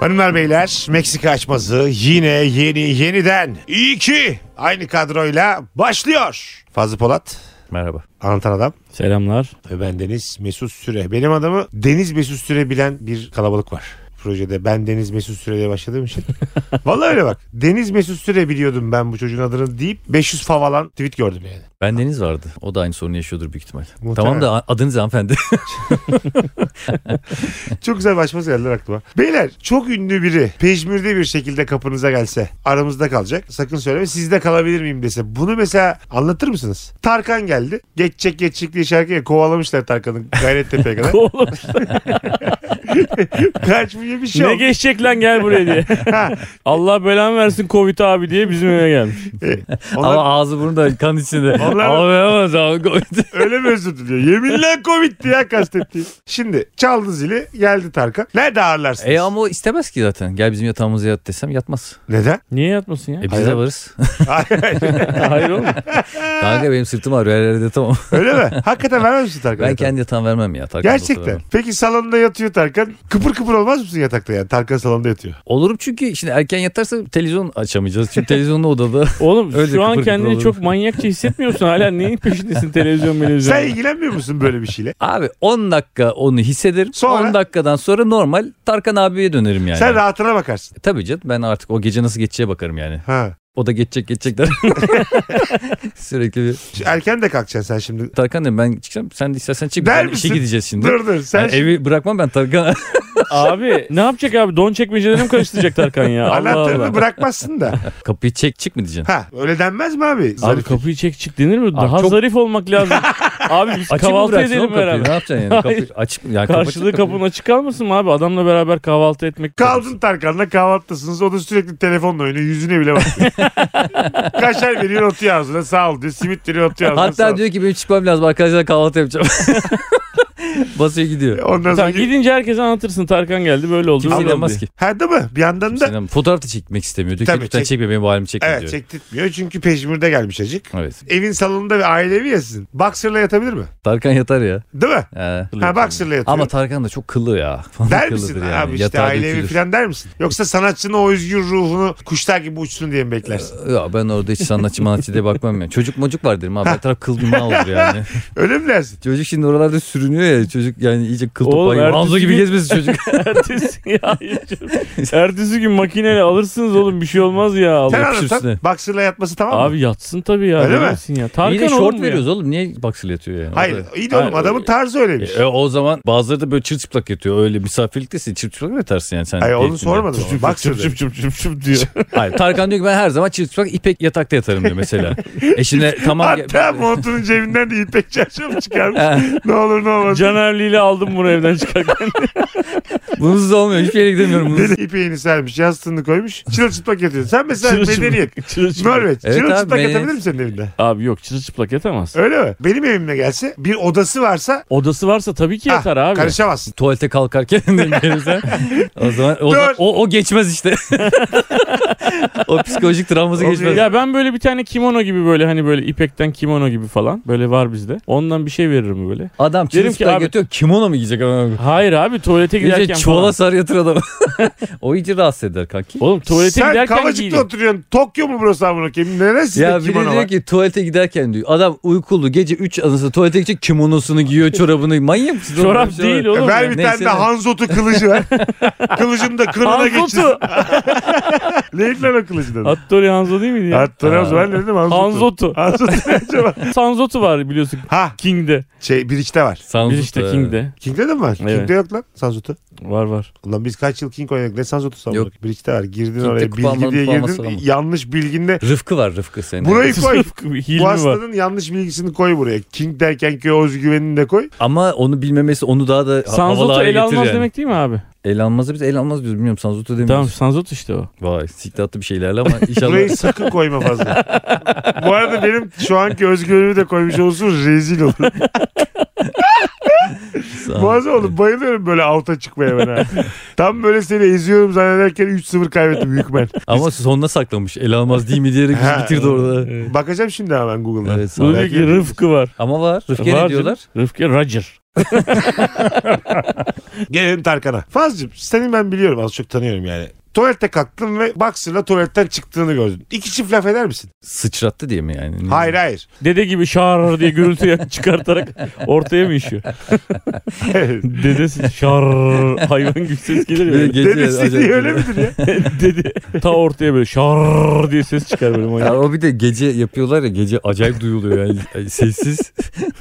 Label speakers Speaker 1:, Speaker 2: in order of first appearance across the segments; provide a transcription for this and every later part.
Speaker 1: Hanımlar beyler Meksika açması yine yeni yeniden iyi ki aynı kadroyla başlıyor. Fazlı Polat
Speaker 2: Merhaba.
Speaker 1: anlatan adam
Speaker 3: Selamlar.
Speaker 1: ve ben Deniz Mesut Süre. Benim adamı Deniz Mesut Süre bilen bir kalabalık var projede. Ben Deniz Mesut Süre diye başladığım için. Vallahi öyle bak. Deniz Mesut Süre biliyordum ben bu çocuğun adını deyip 500 favalan tweet gördüm yani.
Speaker 2: Ben Deniz vardı. O da aynı sorunu yaşıyordur büyük ihtimal.
Speaker 1: Muhtemelen.
Speaker 2: Tamam da adınız hanımefendi.
Speaker 1: Çok güzel başması geldiler aklıma. Beyler çok ünlü biri pejmürde bir şekilde kapınıza gelse aramızda kalacak. Sakın söyleme sizde kalabilir miyim dese. Bunu mesela anlatır mısınız? Tarkan geldi. Geçecek geçecek diye şarkıya kovalamışlar Tarkan'ı Gayrettepe'ye kadar.
Speaker 3: Oğlum
Speaker 1: Kaçmıyor bir şey
Speaker 3: ne
Speaker 1: yok.
Speaker 3: geçecek lan gel buraya diye. Allah belanı versin Covid abi diye bizim eve gelmiş.
Speaker 1: Onlar
Speaker 2: Ama ağzı burnu da kan içinde.
Speaker 1: Onlar-
Speaker 2: Ağlayamaz abi.
Speaker 1: öyle mi özür diliyor? Yeminle Covid'ti ya kastettiğim. Şimdi çaldı zili geldi Tarkan. Nerede ağırlarsınız?
Speaker 2: E ama o istemez ki zaten. Gel bizim yatağımıza yat desem yatmaz.
Speaker 1: Neden?
Speaker 3: Niye yatmasın ya?
Speaker 2: E biz
Speaker 1: Hayır.
Speaker 2: de varız.
Speaker 1: Hayır, hayır.
Speaker 3: Hayır oğlum.
Speaker 2: Kanka benim sırtım ağrıyor. Her yerde tamam.
Speaker 1: öyle mi? Hakikaten vermez misin Tarkan'a?
Speaker 2: Ben kendi yatağımı vermem ya. Tarkan'da
Speaker 1: Gerçekten.
Speaker 2: oturamam.
Speaker 1: Peki salonda yatıyor Tarkan. Kıpır kıpır olmaz mısın yatakta yani? Tarkan salonda yatıyor.
Speaker 2: Olurum çünkü şimdi erken yatarsa televizyon açamayacağız. Çünkü televizyonlu odada.
Speaker 3: Oğlum
Speaker 2: Öyle
Speaker 3: şu an
Speaker 2: kıpır kıpır
Speaker 3: kendini
Speaker 2: olurum.
Speaker 3: çok manyakça hissetmiyorsun. Hala neyin peşindesin televizyon televizyon.
Speaker 1: Sen ilgilenmiyor musun böyle bir şeyle?
Speaker 2: Abi 10 dakika onu hissederim.
Speaker 1: Sonra?
Speaker 2: 10 dakikadan sonra normal Tarkan abiye dönerim yani.
Speaker 1: Sen rahatına bakarsın.
Speaker 2: E, Tabii canım ben artık o gece nasıl geçeceğe bakarım yani.
Speaker 1: Ha.
Speaker 2: O da geçecek geçecek der. Sürekli bir
Speaker 1: Erken de kalkacaksın sen şimdi.
Speaker 2: Tarkan dedim ben çıkacağım sen de istersen çık.
Speaker 1: Der
Speaker 2: ben işe
Speaker 1: misin?
Speaker 2: gideceğiz şimdi.
Speaker 1: Dur dur sen
Speaker 2: Yani evi bırakmam ben Tarkan.
Speaker 3: Abi ne yapacak abi? Don çekmecelerini mi karıştıracak Tarkan ya? Allah
Speaker 1: anahtarını
Speaker 3: Allah.
Speaker 1: bırakmazsın da.
Speaker 2: Kapıyı çek çık mı diyeceksin?
Speaker 1: Ha öyle denmez mi abi?
Speaker 3: Abi
Speaker 1: Zarif.
Speaker 3: kapıyı çek çık denir mi? Daha
Speaker 2: çok-
Speaker 3: zarif olmak lazım. abi biz
Speaker 2: Açık mı
Speaker 3: kahvaltı
Speaker 2: bıraksın oğlum
Speaker 3: edelim
Speaker 2: kapıyı? Ne
Speaker 3: beraber.
Speaker 2: yapacaksın yani?
Speaker 3: Hayır.
Speaker 2: Kapıyı açık mı? Yani kapı
Speaker 3: Karşılığı
Speaker 2: açık da
Speaker 3: kapının açık kalmasın mı abi? Adamla beraber kahvaltı etmek.
Speaker 1: Kaldın Tarkan'la kahvaltısınız. O da sürekli telefonla oynuyor. Yüzüne bile bakmıyor. Kaşar veriyor otuyor ağzına. Sağ ol diyor. Simit veriyor otuyor ağzına. sağ
Speaker 2: Hatta
Speaker 1: ol.
Speaker 2: diyor ki benim çıkmam lazım arkadaşlar kahvaltı yapacağım. Basıyor gidiyor.
Speaker 1: Ondan sonra
Speaker 3: Tamam, gidince herkese anlatırsın. Tarkan geldi böyle oldu.
Speaker 2: Kimse
Speaker 3: böyle oldu
Speaker 2: inanmaz
Speaker 3: diye.
Speaker 2: ki.
Speaker 1: Ha değil mi? Bir yandan da
Speaker 2: Kimse inanmaz. Fotoğraf da çekmek istemiyor. Diyor ki
Speaker 1: Tabii,
Speaker 2: lütfen
Speaker 1: çek-
Speaker 2: çekme benim bu halimi çekme
Speaker 1: evet
Speaker 2: diyor.
Speaker 1: çektirtmiyor. Çünkü peşmürde gelmiş acık.
Speaker 2: Evet.
Speaker 1: Evin salonunda ve ailevi ya sizin. Boxer'la yatabilir mi?
Speaker 2: Tarkan yatar ya.
Speaker 1: Değil mi?
Speaker 2: Ee,
Speaker 1: Ha boxer'la yatıyor.
Speaker 2: Ama Tarkan da çok kıllı ya. Falan
Speaker 1: Der
Speaker 2: kıllıdır
Speaker 1: misin
Speaker 2: yani.
Speaker 1: abi işte
Speaker 2: Yatağa
Speaker 1: ailevi
Speaker 2: dökülür.
Speaker 1: falan der misin? Yoksa sanatçının o özgür ruhunu kuşlar gibi uçsun diye mi beklersin?
Speaker 2: Ya ben orada hiç sanatçı manatçı diye bakmam ya. Çocuk mocuk var derim abi. Her taraf kıl duman olur yani.
Speaker 1: Öyle mi dersin?
Speaker 2: Çocuk şimdi oralarda sürünüyor ya. Çocuk yani iyice kıl
Speaker 3: Oğlum,
Speaker 2: topağı gibi.
Speaker 3: ertesi
Speaker 2: Hanzo gibi
Speaker 3: gün-
Speaker 2: gezmesin çocuk.
Speaker 3: Ertesi, ya, ertesi gün makineyle alırsınız oğlum bir şey olmaz ya.
Speaker 1: Sen
Speaker 3: Allah.
Speaker 1: anlatan
Speaker 2: üstüne.
Speaker 1: boxer'la yatması tamam mı?
Speaker 3: Abi yatsın tabii ya.
Speaker 1: Öyle
Speaker 3: Öyle
Speaker 1: mi?
Speaker 3: ya. Tarkan
Speaker 2: İyi de
Speaker 3: olur
Speaker 2: şort
Speaker 3: mu ya?
Speaker 2: veriyoruz oğlum. Niye baksıl yatıyor yani?
Speaker 1: Hayır şey
Speaker 2: Orada-
Speaker 1: iyi de oğlum
Speaker 3: Hayır,
Speaker 1: adamın tarzı öyleymiş.
Speaker 2: E, o zaman bazıları da böyle çırılçıplak yatıyor. Öyle misafirliktesin çırılçıplak mı yatarsın yani sen?
Speaker 1: Hayır onu
Speaker 2: keyfinde?
Speaker 1: sormadım. ama. Boxer dedi.
Speaker 3: çüp çüp çüp diyor.
Speaker 2: Hayır Tarkan diyor ki ben her zaman çırılçıplak ipek yatakta yatarım diyor mesela. e şimdi tamam.
Speaker 1: Hatta montunun cebinden de ipek çarşaf çıkarmış. ne olur ne olmaz.
Speaker 3: Canerli'yle aldım bunu evden çıkarken.
Speaker 2: Bunsuz olmuyor. Hiçbir yere gidemiyorum. Bunsuz.
Speaker 1: Deli ipeğini sermiş yastığını koymuş çırılçıplak yatıyor. Sen mesela
Speaker 3: Çırılçıplak.
Speaker 1: medeniyet.
Speaker 3: Çırılçıplak.
Speaker 1: Norveç
Speaker 2: Evet abi,
Speaker 1: çırılçıplak
Speaker 2: medeniyet.
Speaker 1: yatabilir mi senin evinde?
Speaker 3: Abi yok çırılçıplak yatamaz.
Speaker 1: Öyle mi? Benim evime gelse bir odası varsa
Speaker 3: Odası varsa tabii ki
Speaker 1: ah,
Speaker 3: yatar abi.
Speaker 1: karışamazsın.
Speaker 2: Tuvalete kalkarken de gelirse o zaman o,
Speaker 1: Dur.
Speaker 2: o, o geçmez işte. o psikolojik travması
Speaker 1: O
Speaker 2: geçmez.
Speaker 3: Ya ben böyle bir tane kimono gibi böyle hani böyle ipekten kimono gibi falan böyle var bizde. Ondan bir şey veririm böyle.
Speaker 2: Adam
Speaker 3: Derim ki
Speaker 2: çırılçıplak
Speaker 3: abi-
Speaker 2: yatıyor kimono mu giyecek? adam?
Speaker 3: Hayır abi tuvalete
Speaker 2: Gece
Speaker 3: giderken
Speaker 2: çuvala
Speaker 3: falan.
Speaker 2: sarı yatır adam. o iyice rahatsız eder kanki.
Speaker 3: Oğlum tuvalete
Speaker 1: Sen
Speaker 3: giderken
Speaker 1: Kavacık'ta
Speaker 3: giyin.
Speaker 1: oturuyorsun. Tokyo mu burası amına koyayım? Neresi
Speaker 2: Ya
Speaker 1: ya,
Speaker 2: biri
Speaker 1: kimono
Speaker 2: diyor
Speaker 1: var?
Speaker 2: ki tuvalete giderken diyor. Adam uykulu gece 3 anası tuvalete gidecek kimonosunu giyiyor çorabını. Manyak mısın? oğlum?
Speaker 3: Çorap
Speaker 2: Böyle şey
Speaker 3: değil
Speaker 2: var.
Speaker 3: oğlum.
Speaker 1: Ver
Speaker 3: ya.
Speaker 1: bir
Speaker 2: Neyse
Speaker 1: tane de
Speaker 2: ne.
Speaker 1: Hanzot'u kılıcı ver. Kılıcını da kırına geçirsin.
Speaker 3: Hanzotu.
Speaker 1: Neydi lan o kılıcın adı?
Speaker 3: Hattori Hanzo değil miydi ya?
Speaker 1: Hatta o zaman ne dedim Hanzot'u.
Speaker 3: Hanzotu.
Speaker 1: Hanzot'u ne acaba?
Speaker 3: Sanzotu var biliyorsun
Speaker 1: Ha
Speaker 3: King'de.
Speaker 1: şey Bridge'de var.
Speaker 2: Sanzut
Speaker 3: Bir işte
Speaker 2: da.
Speaker 3: King'de.
Speaker 1: King'de de mi var?
Speaker 3: Evet.
Speaker 1: King'de yok lan Sanzot'u.
Speaker 3: Var var.
Speaker 1: Ulan biz kaç yıl King oynadık ne Sanzot'u savunduk. Bridge'de var. Girdin
Speaker 2: King'de
Speaker 1: oraya
Speaker 2: kupa
Speaker 1: bilgi
Speaker 2: almanın
Speaker 1: diye
Speaker 2: puanlaması
Speaker 1: girdin.
Speaker 2: var ama.
Speaker 1: Yanlış bilginle.
Speaker 2: Rıfkı var Rıfkı senin.
Speaker 1: Burayı koy.
Speaker 3: Hilmi
Speaker 1: Bu
Speaker 3: var.
Speaker 1: hastanın yanlış bilgisini koy buraya. King derken ki özgüvenini de koy.
Speaker 2: Ama onu bilmemesi onu daha da havalı
Speaker 3: Sanzotu
Speaker 2: hale
Speaker 3: el
Speaker 2: getirir
Speaker 3: almaz
Speaker 2: yani.
Speaker 3: demek değil mi abi?
Speaker 2: El almazı biz el almaz diyoruz bilmiyorum Sanzut'u demiyoruz.
Speaker 3: Tamam Sanzot işte o.
Speaker 2: Vay siktatlı bir şeylerle ama inşallah.
Speaker 1: Burayı sakın koyma fazla. Bu arada benim şu anki özgüvenimi de koymuş olsun rezil olur.
Speaker 2: Sanzut-
Speaker 1: Bazen oğlum bayılıyorum böyle alta çıkmaya ben ha. Tam böyle seni eziyorum zannederken 3-0 kaybettim Hükmen.
Speaker 2: Ama sonuna saklamış. El almaz değil mi diyerek
Speaker 1: Ha.
Speaker 2: bizi bitirdi orada.
Speaker 1: Bakacağım şimdi hemen Google'dan.
Speaker 2: Evet, sağ ol.
Speaker 3: Burada diyor ki Rıfkı var.
Speaker 2: Ama var. Rıfkı
Speaker 3: Var
Speaker 2: ne
Speaker 3: canım.
Speaker 2: diyorlar?
Speaker 3: Rıfkı Roger.
Speaker 1: Gelelim Tarkan'a. Fazlım seni ben biliyorum az çok tanıyorum yani. Tuvalette kalktın ve boxer'la tuvaletten çıktığını gördün. İki çift laf eder misin?
Speaker 2: Sıçrattı diye mi yani? Ne-
Speaker 1: Hayır hayır.
Speaker 3: Dede gibi şar diye gürültü çıkartarak ortaya mı işiyor? Dedesi şar hayvan gibi ses gelir
Speaker 2: Böyle
Speaker 3: ya.
Speaker 2: gece
Speaker 1: Dedesi
Speaker 2: acayip
Speaker 1: diye öyle
Speaker 2: geliyor.
Speaker 1: midir ya?
Speaker 3: Dede ta ortaya böyle şar diye ses çıkar böyle manyak.
Speaker 2: Ya o bir de gece yapıyorlar ya gece acayip duyuluyor yani Ay, sessiz.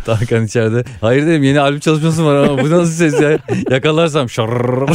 Speaker 2: Tarkan içeride. Hayır dedim yeni albüm çalışması var ama bu nasıl ses ya? Yakalarsam şarrrr.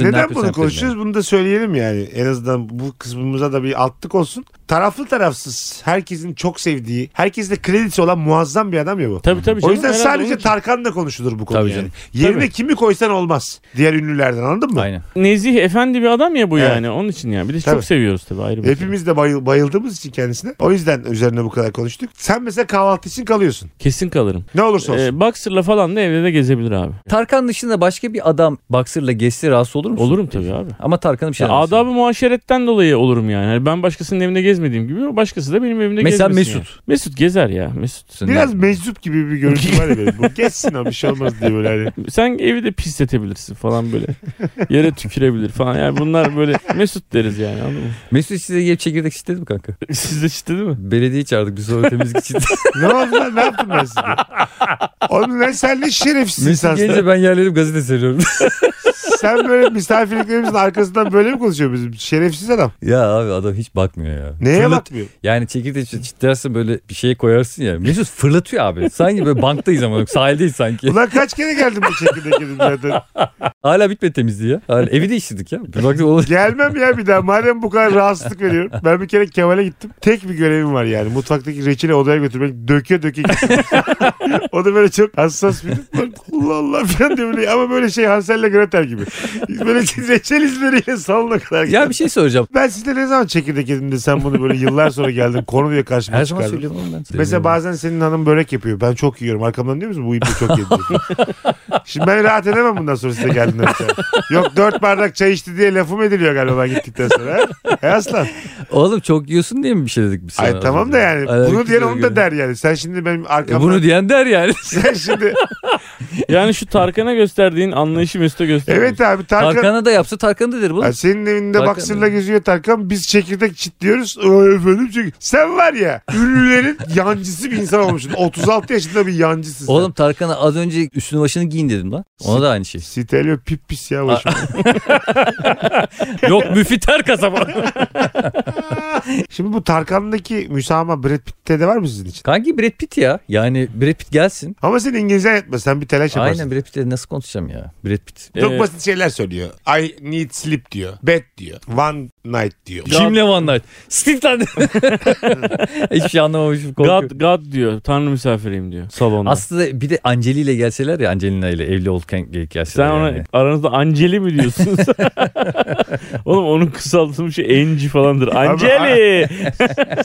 Speaker 1: Neden bunu konuşuyoruz? Bunu da söyleyelim yani. En azından bu kısmımıza da bir altlık olsun. Taraflı tarafsız herkesin çok sevdiği, herkesle kredisi olan muazzam bir adam ya bu.
Speaker 3: Tabii tabii.
Speaker 1: O
Speaker 3: canım,
Speaker 1: yüzden
Speaker 3: herhalde
Speaker 1: sadece
Speaker 3: onun-
Speaker 1: Tarkan'la konuşulur bu konu
Speaker 2: Tabii
Speaker 1: yani.
Speaker 2: canım.
Speaker 1: Yerine
Speaker 3: Tabii.
Speaker 1: kimi koysan olmaz. Diğer ünlülerden anladın mı?
Speaker 2: Aynen.
Speaker 3: nezih efendi bir adam ya bu
Speaker 1: Evet.
Speaker 3: yani. Onun için yani. Bir de
Speaker 1: Tabii.
Speaker 3: çok seviyoruz tabii ayrı bir şey.
Speaker 1: Hepimiz de bayıl- bayıldığımız için kendisine. O yüzden üzerine bu kadar konuştuk. Sen mesela kahvaltı için kalıyorsun.
Speaker 3: Kesin kalırım.
Speaker 1: Ne olursa olsun.
Speaker 3: Ee, boxer'la falan da evde de gezebilir abi.
Speaker 2: Tarkan dışında başka bir adam boxer'la geçse rahatsız olur musun?
Speaker 3: Olurum tabii abi.
Speaker 2: Ama Tarkan'ın bir şey
Speaker 3: Ya adab-ı muaşeretten dolayı olurum yani. Hani ben başkasının evinde gezmediğim gibi başkası da benim evimde
Speaker 2: Mesela
Speaker 3: gezmesin. yani.
Speaker 2: Mesut.
Speaker 3: Mesut gezer ya Mesut.
Speaker 1: Biraz meczup gibi bir görüntü var ya benim. Bu geçsin abi bir şey olmaz diye böyle hani.
Speaker 3: Sen evi de pisletebilirsin falan böyle. Yere tükürebilir falan. Yani bunlar böyle Mesut deriz yani anladın mı?
Speaker 2: Mesut size gelip çekirdek çitledi mi kanka?
Speaker 3: Siz de işte değil mi?
Speaker 2: Belediye çağırdık biz sonra temizlik için.
Speaker 1: Ne oldu lan ne yaptım ben size? Oğlum lan sen ne şerefsiz
Speaker 2: Mesut
Speaker 1: insansın.
Speaker 2: gelince ben yerlerim gazete seriyorum.
Speaker 1: Sen böyle misafirliklerimizin arkasından böyle mi konuşuyor bizim? Şerefsiz adam.
Speaker 2: ya abi adam hiç bakmıyor ya.
Speaker 1: Neye
Speaker 2: Fırlat-
Speaker 1: bakmıyor?
Speaker 2: Yani çekirdeği çit- çitlersin böyle bir şeye koyarsın ya. Mesut fırlatıyor abi. Sanki böyle banktayız ama sahildeyiz sanki.
Speaker 1: Ulan kaç kere geldim bu şekilde gelin zaten.
Speaker 2: Hala bitmedi temizliği ya. Hala evi değiştirdik ya. Bir baktım oğlum.
Speaker 1: Gelmem ya bir daha. Madem bu kadar rahatsızlık veriyorum. Ben bir kere Kemal'e gittim. Tek bir görevim var yani. Mutfaktaki reçeli odaya götürmek. Döke döke gittim. o da böyle çok hassas bir. Allah Allah falan diyor böyle. Ama böyle şey Hansel'le Gretel gibi. Böyle reçel izleriyle salona kadar
Speaker 2: Ya
Speaker 1: gidiyor.
Speaker 2: bir şey soracağım.
Speaker 1: Ben sizde ne zaman çekirdek yedim de sen bunu böyle yıllar sonra geldin. Konu diye karşıma
Speaker 2: Her zaman
Speaker 1: çıkardın.
Speaker 2: söylüyorum oğlum ben.
Speaker 1: Mesela bazen senin hanım börek yapıyor. Ben çok yiyorum. Arkamdan diyor musun bu ipi çok yedi. Şimdi ben rahat edemem bundan sonra size geldiğimde. Yok dört bardak çay içti diye lafım ediliyor galiba ben gittikten sonra. ha? He aslan.
Speaker 2: Oğlum çok yiyorsun diye mi bir şey dedik biz sana?
Speaker 1: Ay tamam da yani.
Speaker 2: Ay,
Speaker 1: bunu diyen
Speaker 2: herkese
Speaker 1: onu da
Speaker 2: göre.
Speaker 1: der yani. Sen şimdi benim
Speaker 2: E,
Speaker 1: arkamdan.
Speaker 2: bunu diyen der yani.
Speaker 1: Sen şimdi.
Speaker 3: Yani şu Tarkan'a gösterdiğin anlayışı Mesut'a göster.
Speaker 1: Evet abi Tarkan.
Speaker 2: Tarkan'a da yapsa Tarkan da der
Speaker 1: Ha,
Speaker 2: bunu.
Speaker 1: senin evinde
Speaker 2: Tarkan
Speaker 1: baksırla
Speaker 2: mı?
Speaker 1: geziyor Tarkan. Biz çekirdek çitliyoruz. Ay efendim çekirdek. Sen var ya ünlülerin yancısı bir insan olmuşsun. 36 yaşında bir yancısın. sen.
Speaker 2: Oğlum Tarkan'a az önce üstünü başını giyin dedim lan. Ona da aynı şey.
Speaker 1: Sitelio pip pis ya başım.
Speaker 2: Yok müfiter kasaba.
Speaker 1: Şimdi bu Tarkan'daki müsamaha Brad Pitt'te de var mı sizin için?
Speaker 2: Kanki Brad Pitt ya. Yani Brad Pitt gelsin.
Speaker 1: Ama senin İngilizce yetmez. Sen bir telaş Şey yaparsın.
Speaker 2: Aynen Brad Pitt'le nasıl konuşacağım ya? Brad Pitt.
Speaker 1: Çok
Speaker 3: Ee,
Speaker 1: basit şeyler söylüyor. I need sleep diyor. Bed diyor. One night diyor.
Speaker 2: Kimle One Night? Steve lan. Hiçbir şey anlamamışım.
Speaker 3: God,
Speaker 2: korkuyorum.
Speaker 3: God diyor. Tanrı misafiriyim diyor salonda.
Speaker 2: Aslında bir de Angeli ile gelseler ya Angelina ile evli olurken gelseler.
Speaker 3: Sen ona
Speaker 2: yani.
Speaker 3: aranızda Anceli mi diyorsunuz? Oğlum onun kısaltılmışı Enci falandır. Anceli!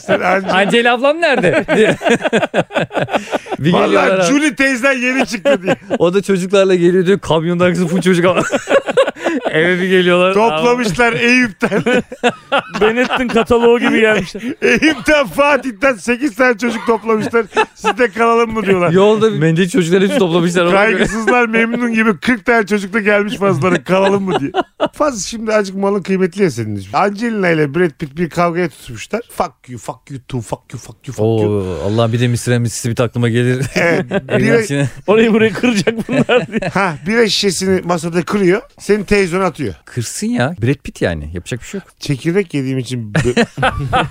Speaker 1: Sen şey- anca...
Speaker 2: Angeli ablam nerede? diye. bir geliyorlar
Speaker 1: Valla
Speaker 2: abi.
Speaker 1: Julie teyzen yeni çıktı diye.
Speaker 2: O da çocuklarla geliyor diyor. Kamyonda arkası full çocuk ama. Eve bir geliyorlar.
Speaker 1: Toplamışlar Eyüp'ten.
Speaker 3: Benettin kataloğu gibi gelmişler.
Speaker 1: Eyüp'ten Fatih'ten 8 tane çocuk toplamışlar. Siz de kalalım mı
Speaker 2: Ama
Speaker 1: diyorlar.
Speaker 2: Yolda mendil çocukları hepsi toplamışlar. Ona göre.
Speaker 1: Kaygısızlar memnun gibi 40 tane çocukla gelmiş fazlaları kalalım mı diye. Faz şimdi azıcık malın kıymetli ya senin için. Angelina ile Brad Pitt bir kavgaya tutmuşlar. Fuck you, fuck you too, fuck you, fuck you, fuck you.
Speaker 2: Oo, Allah bir de Mr. Mississippi taklıma gelir.
Speaker 1: Evet.
Speaker 2: Evler
Speaker 1: Bira,
Speaker 2: içine.
Speaker 3: Orayı burayı kıracak bunlar diye.
Speaker 1: ha, bira şişesini masada kırıyor. Senin televizyona atıyor.
Speaker 2: Kırsın ya. Brad Pitt yani. Yapacak bir şey yok.
Speaker 1: Çekirdek yediğim için b-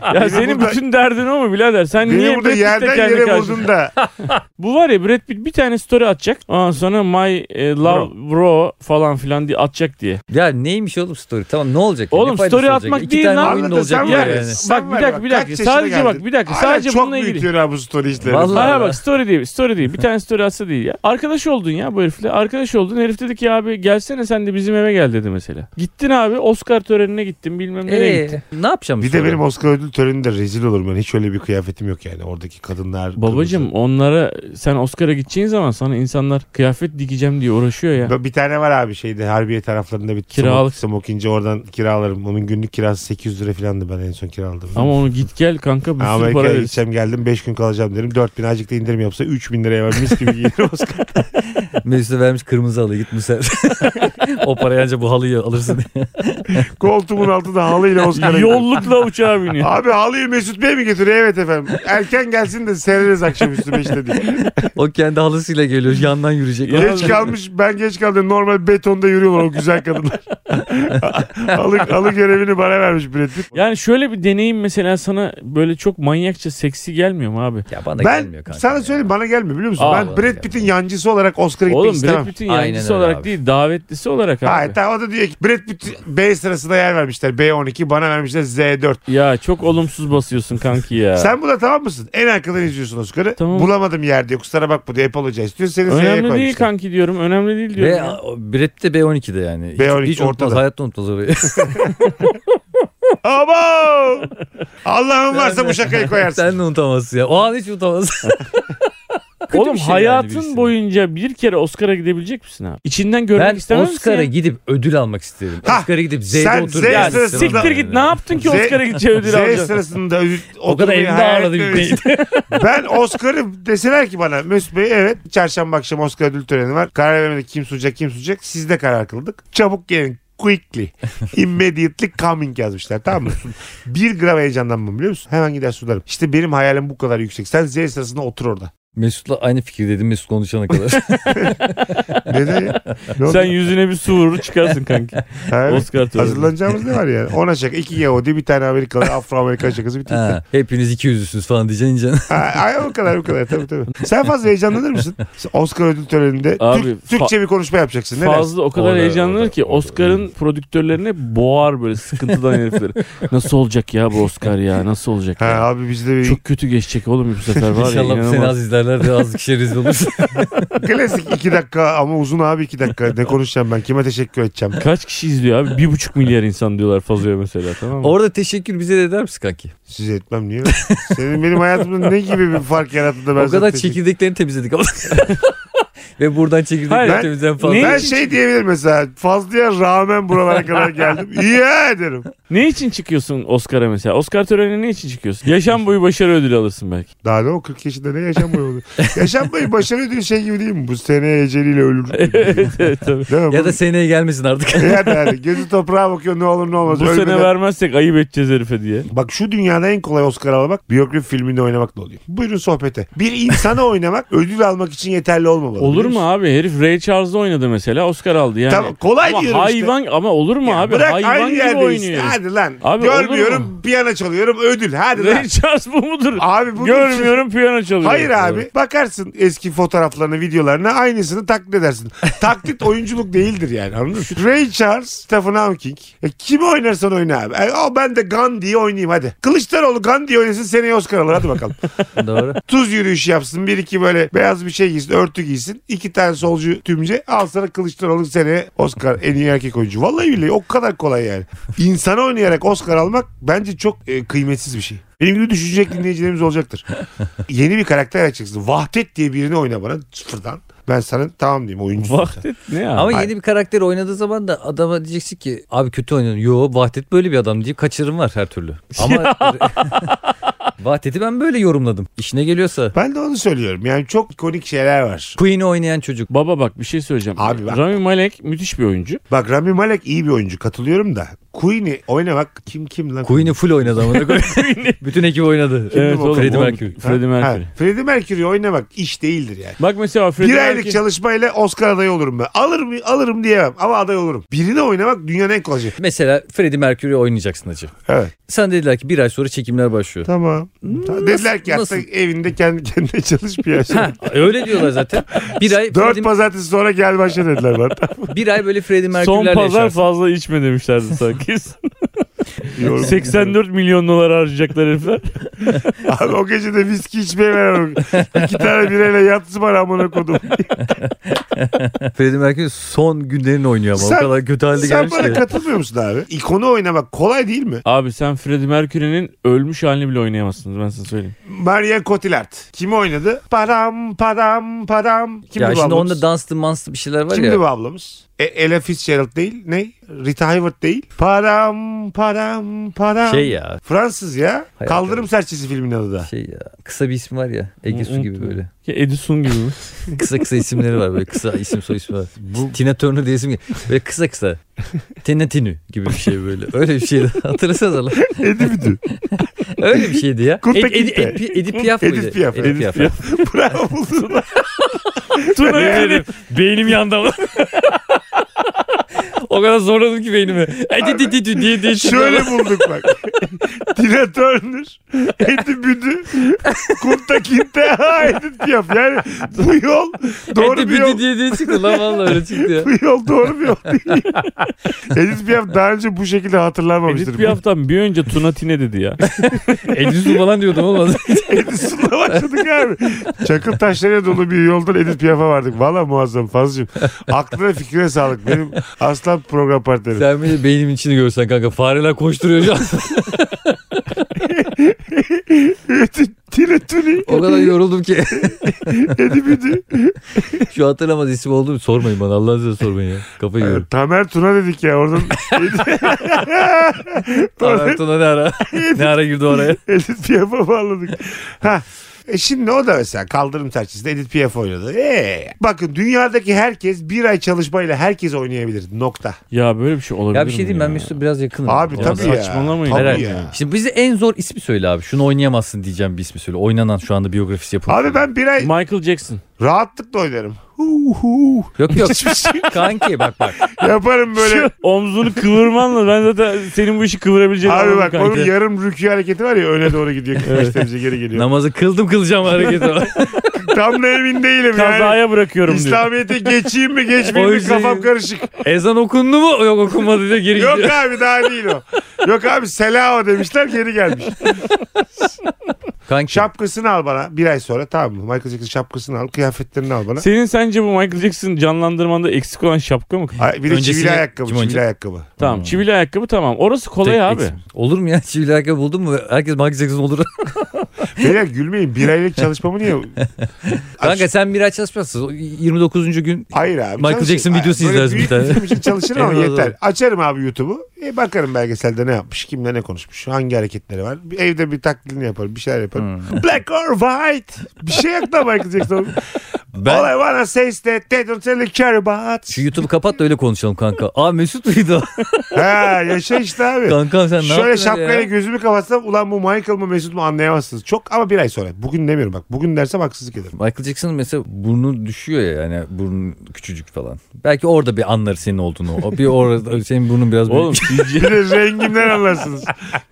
Speaker 3: Ya
Speaker 1: Beni
Speaker 3: senin
Speaker 1: burada-
Speaker 3: bütün derdin o mu birader? Sen
Speaker 1: beni
Speaker 3: niye
Speaker 1: burada
Speaker 3: Brad Pitt'le
Speaker 1: yerden
Speaker 3: kendi
Speaker 1: yere
Speaker 3: karşısında?
Speaker 1: vurdun da.
Speaker 3: Bu var ya Brad Pitt bir tane story atacak. Ondan sonra my e, love bro. falan filan diye atacak diye.
Speaker 2: Ya neymiş oğlum story? Tamam ne olacak? ya?
Speaker 3: Oğlum,
Speaker 2: Ne faydası
Speaker 3: story
Speaker 2: olacak?
Speaker 3: atmak
Speaker 2: İki
Speaker 3: değil
Speaker 2: tane
Speaker 3: lan.
Speaker 2: oyun
Speaker 1: Anladın,
Speaker 2: olacak
Speaker 1: sen
Speaker 2: ya
Speaker 1: var ya.
Speaker 2: yani.
Speaker 1: Sen
Speaker 3: Bak,
Speaker 1: var
Speaker 3: bir
Speaker 1: ya,
Speaker 3: dakika, bir
Speaker 1: kaç
Speaker 3: dakika.
Speaker 1: yaşına
Speaker 3: Sadece bak,
Speaker 1: geldin?
Speaker 3: bir dakika.
Speaker 1: Hala
Speaker 3: Sadece
Speaker 1: çok
Speaker 3: bununla ilgili.
Speaker 1: büyütüyor ha bu story işleri.
Speaker 2: Vallahi.
Speaker 3: Hayır
Speaker 2: Allah.
Speaker 3: bak story değil. Story değil. Bir tane story atsa değil ya. Arkadaş oldun ya bu herifle. Arkadaş oldun. Herif dedi ki abi gelsene sen de bizim eve gel dedi mesela. Gittin abi Oscar töreni törenine gittim bilmem nereye
Speaker 2: Ee,
Speaker 3: gittim.
Speaker 2: ne yapacağım?
Speaker 1: Bir de
Speaker 2: sonra?
Speaker 1: benim Oscar ödül töreninde rezil olurum ben. Hiç öyle bir kıyafetim yok yani. Oradaki kadınlar.
Speaker 3: Babacım onlara sen Oscar'a gideceğin zaman sana insanlar kıyafet dikeceğim diye uğraşıyor ya.
Speaker 1: kırmızı. Bir tane var abi şeyde Harbiye taraflarında bir
Speaker 3: Kiralık.
Speaker 1: smok- smokinci oradan kiralarım. Onun günlük kirası 800 lira filandı ben en son kiraladım.
Speaker 3: Ama onu git gel kanka bir sürü para
Speaker 1: Amerika'ya
Speaker 3: verirsin.
Speaker 1: gideceğim geldim 5 gün kalacağım derim. 4000 azıcık da indirim yapsa 3000 liraya var mis gibi giyinirim Oscar.
Speaker 2: Mesut'a vermiş kırmızı halı git Muser. o parayı anca bu halıyı alırsın.
Speaker 1: Koltuğumun altında halıyla Oscar'a giderim.
Speaker 3: Yollukla uçağa biniyor.
Speaker 1: Abi halıyı Mesut Bey mi getiriyor? Evet efendim. Erken gelsin de seyrederiz akşamüstü 5'te diye.
Speaker 2: o kendi halısıyla geliyor yandan yürüyecek.
Speaker 1: Geç kalmış ben geç kaldım normal betonda yürüyorlar o güzel kadınlar. alı, alı görevini bana vermiş Brad Pitt.
Speaker 3: Yani şöyle bir deneyim mesela sana böyle çok manyakça seksi gelmiyor mu abi?
Speaker 2: Ya bana
Speaker 1: Ben
Speaker 2: gelmiyor kanka.
Speaker 1: sana
Speaker 2: ya.
Speaker 1: söyleyeyim bana gelmiyor biliyor musun?
Speaker 3: Aa,
Speaker 1: ben
Speaker 2: bana
Speaker 1: Brad
Speaker 2: gelmiyor.
Speaker 1: Pitt'in yancısı olarak Oscar'a gitmek
Speaker 3: Oğlum
Speaker 1: istemem.
Speaker 3: Brad Pitt'in
Speaker 2: Aynen
Speaker 3: yancısı
Speaker 2: öyle
Speaker 3: olarak
Speaker 2: abi.
Speaker 3: değil davetlisi olarak abi.
Speaker 1: Hayır tamam o da diyor ki Brad Pitt B sırasında yer vermişler. B12 bana vermişler Z4.
Speaker 3: Ya çok olumsuz basıyorsun kanki ya.
Speaker 1: Sen buna tamam mısın? En arkadan izliyorsun Oscar'ı.
Speaker 3: Tamam.
Speaker 1: Bulamadım yer diyor. Kusura bakma diyor. Apologize diyor. Seni Z'ye
Speaker 3: Önemli değil
Speaker 1: koymuşlar.
Speaker 3: kanki diyorum. Önemli değil diyorum.
Speaker 2: Ve
Speaker 3: ya.
Speaker 2: o- Brad de B12'de yani. Hiç-
Speaker 1: B12
Speaker 2: hiç, unutmaz,
Speaker 1: ortada.
Speaker 2: hayatta unutmaz orayı.
Speaker 1: Abo! Allah'ın varsa bu şakayı koyarsın.
Speaker 2: Sen de unutamazsın ya. O an hiç unutamazsın. Kötü
Speaker 3: Oğlum
Speaker 2: bir şey yani
Speaker 3: hayatın
Speaker 2: birisi.
Speaker 3: boyunca bir kere Oscar'a gidebilecek misin abi? İçinden görmek
Speaker 2: Ben
Speaker 3: istemez misin?
Speaker 2: Oscar'a
Speaker 3: ya?
Speaker 2: gidip ödül almak isterim.
Speaker 1: Hah,
Speaker 2: Oscar'a gidip
Speaker 1: sen
Speaker 2: Z'de oturup.
Speaker 1: Z
Speaker 3: Ya
Speaker 1: sırasında-
Speaker 3: siktir git ne yaptın ki
Speaker 1: Z-
Speaker 3: Oscar'a gideceği
Speaker 1: Z
Speaker 3: ödülü alacaksın?
Speaker 1: sırasında ödül
Speaker 2: O kadar
Speaker 1: oturmayı
Speaker 2: elimde
Speaker 1: hayal
Speaker 2: ağladım.
Speaker 1: etmemiştim. Ben Oscar'ı deseler ki bana Mesut Bey evet çarşamba akşamı Oscar ödül töreni var. Karar vermedik kim sunacak kim sunacak. Siz de karar kıldık. Çabuk gelin quickly. Immediately coming yazmışlar tamam mı? Bir gram heyecanlanmam biliyor musun? Hemen gider sularım. İşte benim hayalim bu kadar yüksek. Sen Z sırasında otur orada.
Speaker 2: Mesut'la aynı fikirdeydin Mesut konuşana kadar.
Speaker 1: Neden ya? Ne oldu?
Speaker 3: Sen yüzüne bir su vurur çıkarsın kanki.
Speaker 1: Ha, evet.
Speaker 3: Oscar töreni.
Speaker 1: Hazırlanacağımız ne var yani? Ona şaka. iki Yahudi, bir tane Amerikalı, Afro-Amerikan şakası bitti.
Speaker 2: ha, hepiniz iki yüzlüsünüz falan diyeceksin. canım.
Speaker 1: Ha, Ay o kadar o kadar tabii tabii. Sen fazla heyecanlanır mısın? Oscar ödül töreninde
Speaker 3: Abi,
Speaker 1: Türk-
Speaker 3: fa-
Speaker 1: Türkçe bir konuşma yapacaksın. Ne dersin?
Speaker 3: Fazla o kadar
Speaker 2: Orada,
Speaker 3: heyecanlanır
Speaker 2: orada,
Speaker 3: ki
Speaker 2: orada.
Speaker 3: Oscar'ın prodüktörlerine boğar böyle sıkıntıdan herifleri. Nasıl olacak ya bu Oscar ya nasıl olacak
Speaker 1: Ha,
Speaker 3: ya?
Speaker 1: abi bizde bir
Speaker 3: Çok kötü geçecek oğlum bu sefer var ya
Speaker 2: İnşallah bu seni
Speaker 3: inanılmaz.
Speaker 2: az izlerler de az kişi rezil olursun.
Speaker 1: klasik iki dakika ama uzun abi iki dakika. Ne konuşacağım ben? Kime teşekkür edeceğim?
Speaker 3: Kaç kişi izliyor abi? Bir buçuk milyar insan diyorlar fazla mesela tamam mı?
Speaker 2: Orada teşekkür bize de eder misin kanki?
Speaker 1: Size etmem niye? Senin benim hayatımda ne gibi bir fark yarattı da ben
Speaker 2: o kadar
Speaker 1: sana teşekkür-
Speaker 2: çekirdeklerini temizledik ama. Ve buradan çekirdekleri
Speaker 3: Hayır,
Speaker 1: ben-
Speaker 2: temizleyen falan.
Speaker 3: Ne?
Speaker 1: Ben şey diyebilir mesela fazlaya rağmen buralara kadar geldim. İyi ha ederim.
Speaker 3: Ne için çıkıyorsun Oscar'a mesela? Oscar törenine ne için çıkıyorsun? Yaşam boyu başarı ödülü alırsın belki.
Speaker 1: Daha ne o 40 yaşında ne yaşam boyu oldu. Yaşam boyu başarı ödülü şey gibi değil mi? Bu seneye eceliyle ölür.
Speaker 3: E, evet, evet, tabii.
Speaker 1: Değil mi?
Speaker 2: Ya da seneye gelmesin artık.
Speaker 1: yani, yani gözü toprağa bakıyor ne olur ne olmaz.
Speaker 3: Bu sene
Speaker 1: Ölmeden-
Speaker 3: vermezsek ayıp edeceğiz herife diye.
Speaker 1: Bak şu dünyada en kolay Oscar almak biyografi filminde oynamakla oluyor. Buyurun sohbete. Bir insana oynamak ödül almak için yeterli olmamalı.
Speaker 3: Olur
Speaker 1: biliyor
Speaker 3: mu
Speaker 1: musun?
Speaker 3: abi? Herif Ray Charles'da oynadı mesela. Oscar aldı yani.
Speaker 1: Tamam, kolay
Speaker 3: ama
Speaker 1: diyorum işte.
Speaker 3: hayvan ama olur mu
Speaker 1: Ya
Speaker 3: abi?
Speaker 1: Bırak
Speaker 3: hayvan
Speaker 1: aynı
Speaker 3: gibi
Speaker 1: yerde
Speaker 3: oynuyor.
Speaker 1: işte.
Speaker 3: herif.
Speaker 1: Hadi lan.
Speaker 3: Abi, olur
Speaker 1: Görmüyorum piyano çalıyorum ödül. Hadi lan.
Speaker 3: Ray Charles bu mudur?
Speaker 1: Abi bu
Speaker 3: Görmüyorum piyano çalıyor.
Speaker 1: Hayır abi. Bakarsın eski fotoğraflarına, videolarına aynısını taklit edersin. taklit oyunculuk değildir yani anladın mı? Ray Charles, Stephen Hawking. E, kimi oynarsan oyna abi. E, o ben de Gandhi'yi oynayayım hadi. Kılıçdaroğlu Gandhi'yi oynasın seneye Oscar alır hadi bakalım.
Speaker 2: Doğru.
Speaker 1: tuz yürüyüşü yapsın. Bir iki böyle beyaz bir şey giysin. Örtü giysin. iki tane solcu tümce. Al sana Kılıçdaroğlu seneye Oscar en iyi erkek oyuncu. Vallahi billahi o kadar kolay yani. İnsana oynayarak Oscar almak bence çok e, kıymetsiz bir şey. Benim gibi düşünecek dinleyicilerimiz olacaktır. Yeni bir karakter açacaksın. Vahdet diye birini oyna bana sıfırdan. Ben sana tamam diyeyim oyuncu.
Speaker 3: Vakti ne abi?
Speaker 2: Ama
Speaker 1: Hayır.
Speaker 2: yeni bir karakter oynadığı zaman da adama diyeceksin ki abi kötü oynadın. Yo Vahdet böyle bir adam deyip kaçırım var her türlü. Ama Vahdet'i ben böyle yorumladım. İşine geliyorsa.
Speaker 1: Ben de onu söylüyorum. Yani çok ikonik şeyler var.
Speaker 2: Queen'i oynayan çocuk.
Speaker 3: Baba bak bir şey söyleyeceğim.
Speaker 1: Abi bak.
Speaker 3: Rami Malek müthiş bir oyuncu.
Speaker 1: Bak Rami Malek iyi bir oyuncu katılıyorum da. Queen'i oynamak kim kim lan?
Speaker 2: Queen'i full oynadı ama. Bütün ekip oynadı.
Speaker 1: Kimdi
Speaker 3: Evet,
Speaker 1: bu?
Speaker 3: oğlum,
Speaker 2: Freddie
Speaker 3: oğlum.
Speaker 2: Mercury.
Speaker 1: Ha?
Speaker 3: Freddie Mercury.
Speaker 1: Ha, Freddie Mercury oynamak iş değildir yani.
Speaker 3: Bak mesela Freddie
Speaker 1: bir aylık
Speaker 3: Mercury-
Speaker 1: çalışmayla Oscar adayı olurum ben. Alır mı? Alırım diyemem ama aday olurum. Birine oynamak dünyanın en kolay şeyi.
Speaker 2: Mesela Freddie Mercury oynayacaksın acı.
Speaker 1: Evet.
Speaker 2: Sana dediler ki bir ay sonra çekimler başlıyor.
Speaker 1: Tamam. Ta- Dediler ki
Speaker 2: nasıl?
Speaker 1: hatta evinde kendi kendine çalış bir yaşa.
Speaker 2: Öyle diyorlar zaten. Bir ay,
Speaker 1: Dört
Speaker 2: Freddie,
Speaker 1: pazartesi sonra gel başla dediler bana.
Speaker 2: bir ay böyle Freddie
Speaker 3: Son
Speaker 2: Mercury'lerle
Speaker 3: pazar
Speaker 2: yaşarsın.
Speaker 3: fazla içme demişlerdi sanki.
Speaker 1: Yorum.
Speaker 3: 84 milyon dolar harcayacaklar herifler.
Speaker 1: Abi o gece de viski içmeye veren o- İki tane bireyle yatsı var amına kodum.
Speaker 2: Freddie Mercury son günlerini oynuyor ama
Speaker 1: Sen-
Speaker 2: o kadar kötü halde
Speaker 1: Sen
Speaker 2: gelmiş
Speaker 1: bana
Speaker 2: ki.
Speaker 1: katılmıyor musun abi? İkonu oynamak kolay değil mi?
Speaker 3: Abi sen Freddie Mercury'nin ölmüş halini bile oynayamazsınız ben size söyleyeyim.
Speaker 1: Marian Cotillard. Kimi oynadı? Param param param. Kimdi
Speaker 2: ya
Speaker 1: bu
Speaker 2: şimdi
Speaker 1: ablamız?
Speaker 2: onda danslı manslı bir şeyler var
Speaker 1: Kimdi
Speaker 2: ya.
Speaker 1: bu ablamız? E, Ella Fitzgerald değil. Ne? Rita Hayworth değil. Param param param.
Speaker 2: Şey ya.
Speaker 1: Fransız ya.
Speaker 2: Hayat
Speaker 1: Kaldırım
Speaker 2: abi.
Speaker 1: serçesi filmin adı da.
Speaker 2: Şey ya. Kısa bir ismi var ya. Ege Su gibi
Speaker 3: Unuttum.
Speaker 2: böyle.
Speaker 3: Ki Edison gibi mi?
Speaker 2: Kısa kısa isimleri var böyle. Kısa isim soy ismi var. Tina Turner diye isim gibi. Böyle kısa kısa. Tina Tinü gibi bir şey böyle. Öyle bir şeydi. Hatırlasanız lan.
Speaker 1: Edip'di.
Speaker 2: Öyle bir şeydi ya.
Speaker 1: Kurpek
Speaker 2: Ed- Ed-
Speaker 1: gitti.
Speaker 2: Ed- Pi- Edip Piaf mıydı?
Speaker 1: Edip Piaf.
Speaker 2: Edip Piaf.
Speaker 1: Bravo buldun.
Speaker 3: Tuna yani.
Speaker 2: Beynim yandı ama. o kadar zorladım ki beynimi. Edip Piaf diye diye çıkıyor.
Speaker 1: Şöyle bulduk bak. Tina Turner, Eddie Büdü, Kunta Kinte, Edith Piaf. Yani bu yol doğru
Speaker 2: Edip
Speaker 1: bir yol.
Speaker 2: Piaf diye diye çıktı lan vallahi öyle çıktı ya.
Speaker 1: Bu yol doğru bir yol değil. Edith Piaf daha önce bu şekilde hatırlanmamıştır.
Speaker 3: Edith Piaf'tan bir önce Tuna Tine dedi ya.
Speaker 2: Edip falan diyordum olmadı.
Speaker 1: Edison'la başladık abi. Çakıl taşlarıyla dolu bir yoldan Edith Piaf'a vardık. Valla muazzam Fazlıcığım. Aklına fikrine sağlık. Benim aslan program partnerim.
Speaker 2: Sen beni beynimin içini görsen kanka fareler koşturuyor şu an.
Speaker 1: Tire tüli.
Speaker 2: O kadar yoruldum ki.
Speaker 1: Edibidi.
Speaker 2: Şu hatırlamaz isim oldu mu sormayın bana Allah'ın size sormayın ya. Kafayı yiyorum.
Speaker 1: Tamer Tuna dedik ya oradan. Pardon.
Speaker 2: Artuna ne ara? ne ara girdi oraya?
Speaker 1: Edith Piaf'a bağladık. Ha. E şimdi o da mesela kaldırım serçesinde Edith Piaf oynadı. E, bakın dünyadaki herkes bir ay çalışmayla herkes oynayabilir. Nokta.
Speaker 3: Ya böyle bir şey olabilir
Speaker 2: Ya bir şey
Speaker 3: mi
Speaker 2: diyeyim ben Mesut'a biraz yakınım.
Speaker 1: Abi
Speaker 2: Ya
Speaker 1: tabii ya.
Speaker 3: saçmalamayın.
Speaker 1: Tabii
Speaker 2: Herhalde.
Speaker 1: ya.
Speaker 2: Şimdi bize en zor ismi söyle abi. Şunu oynayamazsın diyeceğim bir ismi söyle. Oynanan şu anda biyografisi yapılıyor.
Speaker 1: Abi ben bir ay
Speaker 3: Michael Jackson.
Speaker 1: rahatlıkla oynarım. Hu hu.
Speaker 2: Yok yok.
Speaker 1: Hiçbir şey
Speaker 2: Kanki bak bak.
Speaker 1: Yaparım böyle.
Speaker 3: Omzunu kıvırmanla ben zaten senin bu işi kıvırabileceğini
Speaker 1: Abi
Speaker 3: anladım
Speaker 1: bak
Speaker 3: kanka.
Speaker 1: onun yarım rükü hareketi var ya öne doğru gidiyor. 45 derece geri geliyor.
Speaker 2: Namazı kıldım kılacağım hareketi var.
Speaker 1: Tam da emin değilim yani.
Speaker 3: Kazaya bırakıyorum diyor.
Speaker 1: İslamiyet'e geçeyim mi geçmeyeyim
Speaker 2: O
Speaker 1: mi
Speaker 2: yüzden-
Speaker 1: kafam karışık.
Speaker 2: Ezan okundu mu? Yok okunmadı diye geri
Speaker 1: Yok
Speaker 2: gidiyor.
Speaker 1: abi daha değil o. Yok abi selao demişler geri gelmiş.
Speaker 2: Kanki
Speaker 1: Şapkasını al bana bir ay sonra tamam mı? Michael Jackson şapkasını al kıyafetlerini al bana.
Speaker 3: Senin sence bu Michael Jackson canlandırmanda eksik olan şapka mı?
Speaker 1: Ay, bir de
Speaker 2: Öncesini-
Speaker 1: çivili ayakkabı
Speaker 2: Kim
Speaker 1: çivili
Speaker 2: oynayacak?
Speaker 1: ayakkabı.
Speaker 3: Tamam çivili ayakkabı tamam. Orası kolay
Speaker 2: Hmm. tek
Speaker 3: abi.
Speaker 2: eksik. Olur mu ya? Çivili ayakkabı buldun mu? Herkes Michael Jackson olur.
Speaker 1: Beyler gülmeyin bir aylık çalışmamı niye?
Speaker 2: Kanka sen bir ay çalışmazsın. O 29. gün
Speaker 1: Hayır abi.
Speaker 2: Michael Jackson videosu
Speaker 1: Böyle
Speaker 2: izlersin
Speaker 1: büyük
Speaker 2: bir tane.
Speaker 1: film için çalışırım ama
Speaker 2: Eyvallah.
Speaker 1: yeter. Açarım abi YouTube'u. E, bakarım belgeselde ne yapmış, kimle ne konuşmuş, hangi hareketleri var. Bir evde bir taklidini yaparım, bir şeyler yaparım.
Speaker 2: Hmm.
Speaker 1: Black or white. Bir şey yok da Michael Jackson. All I
Speaker 2: ben
Speaker 1: wanna say is that they don't really care about.
Speaker 2: şu YouTube'u kapat da öyle konuşalım kanka. Aa Mesut muydu? o?
Speaker 1: ha yaşa işte abi.
Speaker 2: Kankam sen ne
Speaker 1: Şöyle
Speaker 2: yaptın öyle
Speaker 1: şapkayla
Speaker 2: ya?
Speaker 1: gözümü kapatsam ulan bu Michael mı Mesut mu anlayamazsınız. Çok ama bir ay sonra. Bugün demiyorum bak. Bugün dersem haksızlık ederim.
Speaker 2: Michael Jackson'ın mesela burnu düşüyor ya yani burnu küçücük falan. Belki orada bir anlar senin olduğunu. O bir orada senin burnun biraz büyük.
Speaker 3: Oğlum CGI
Speaker 1: Bir de rengimden anlarsınız.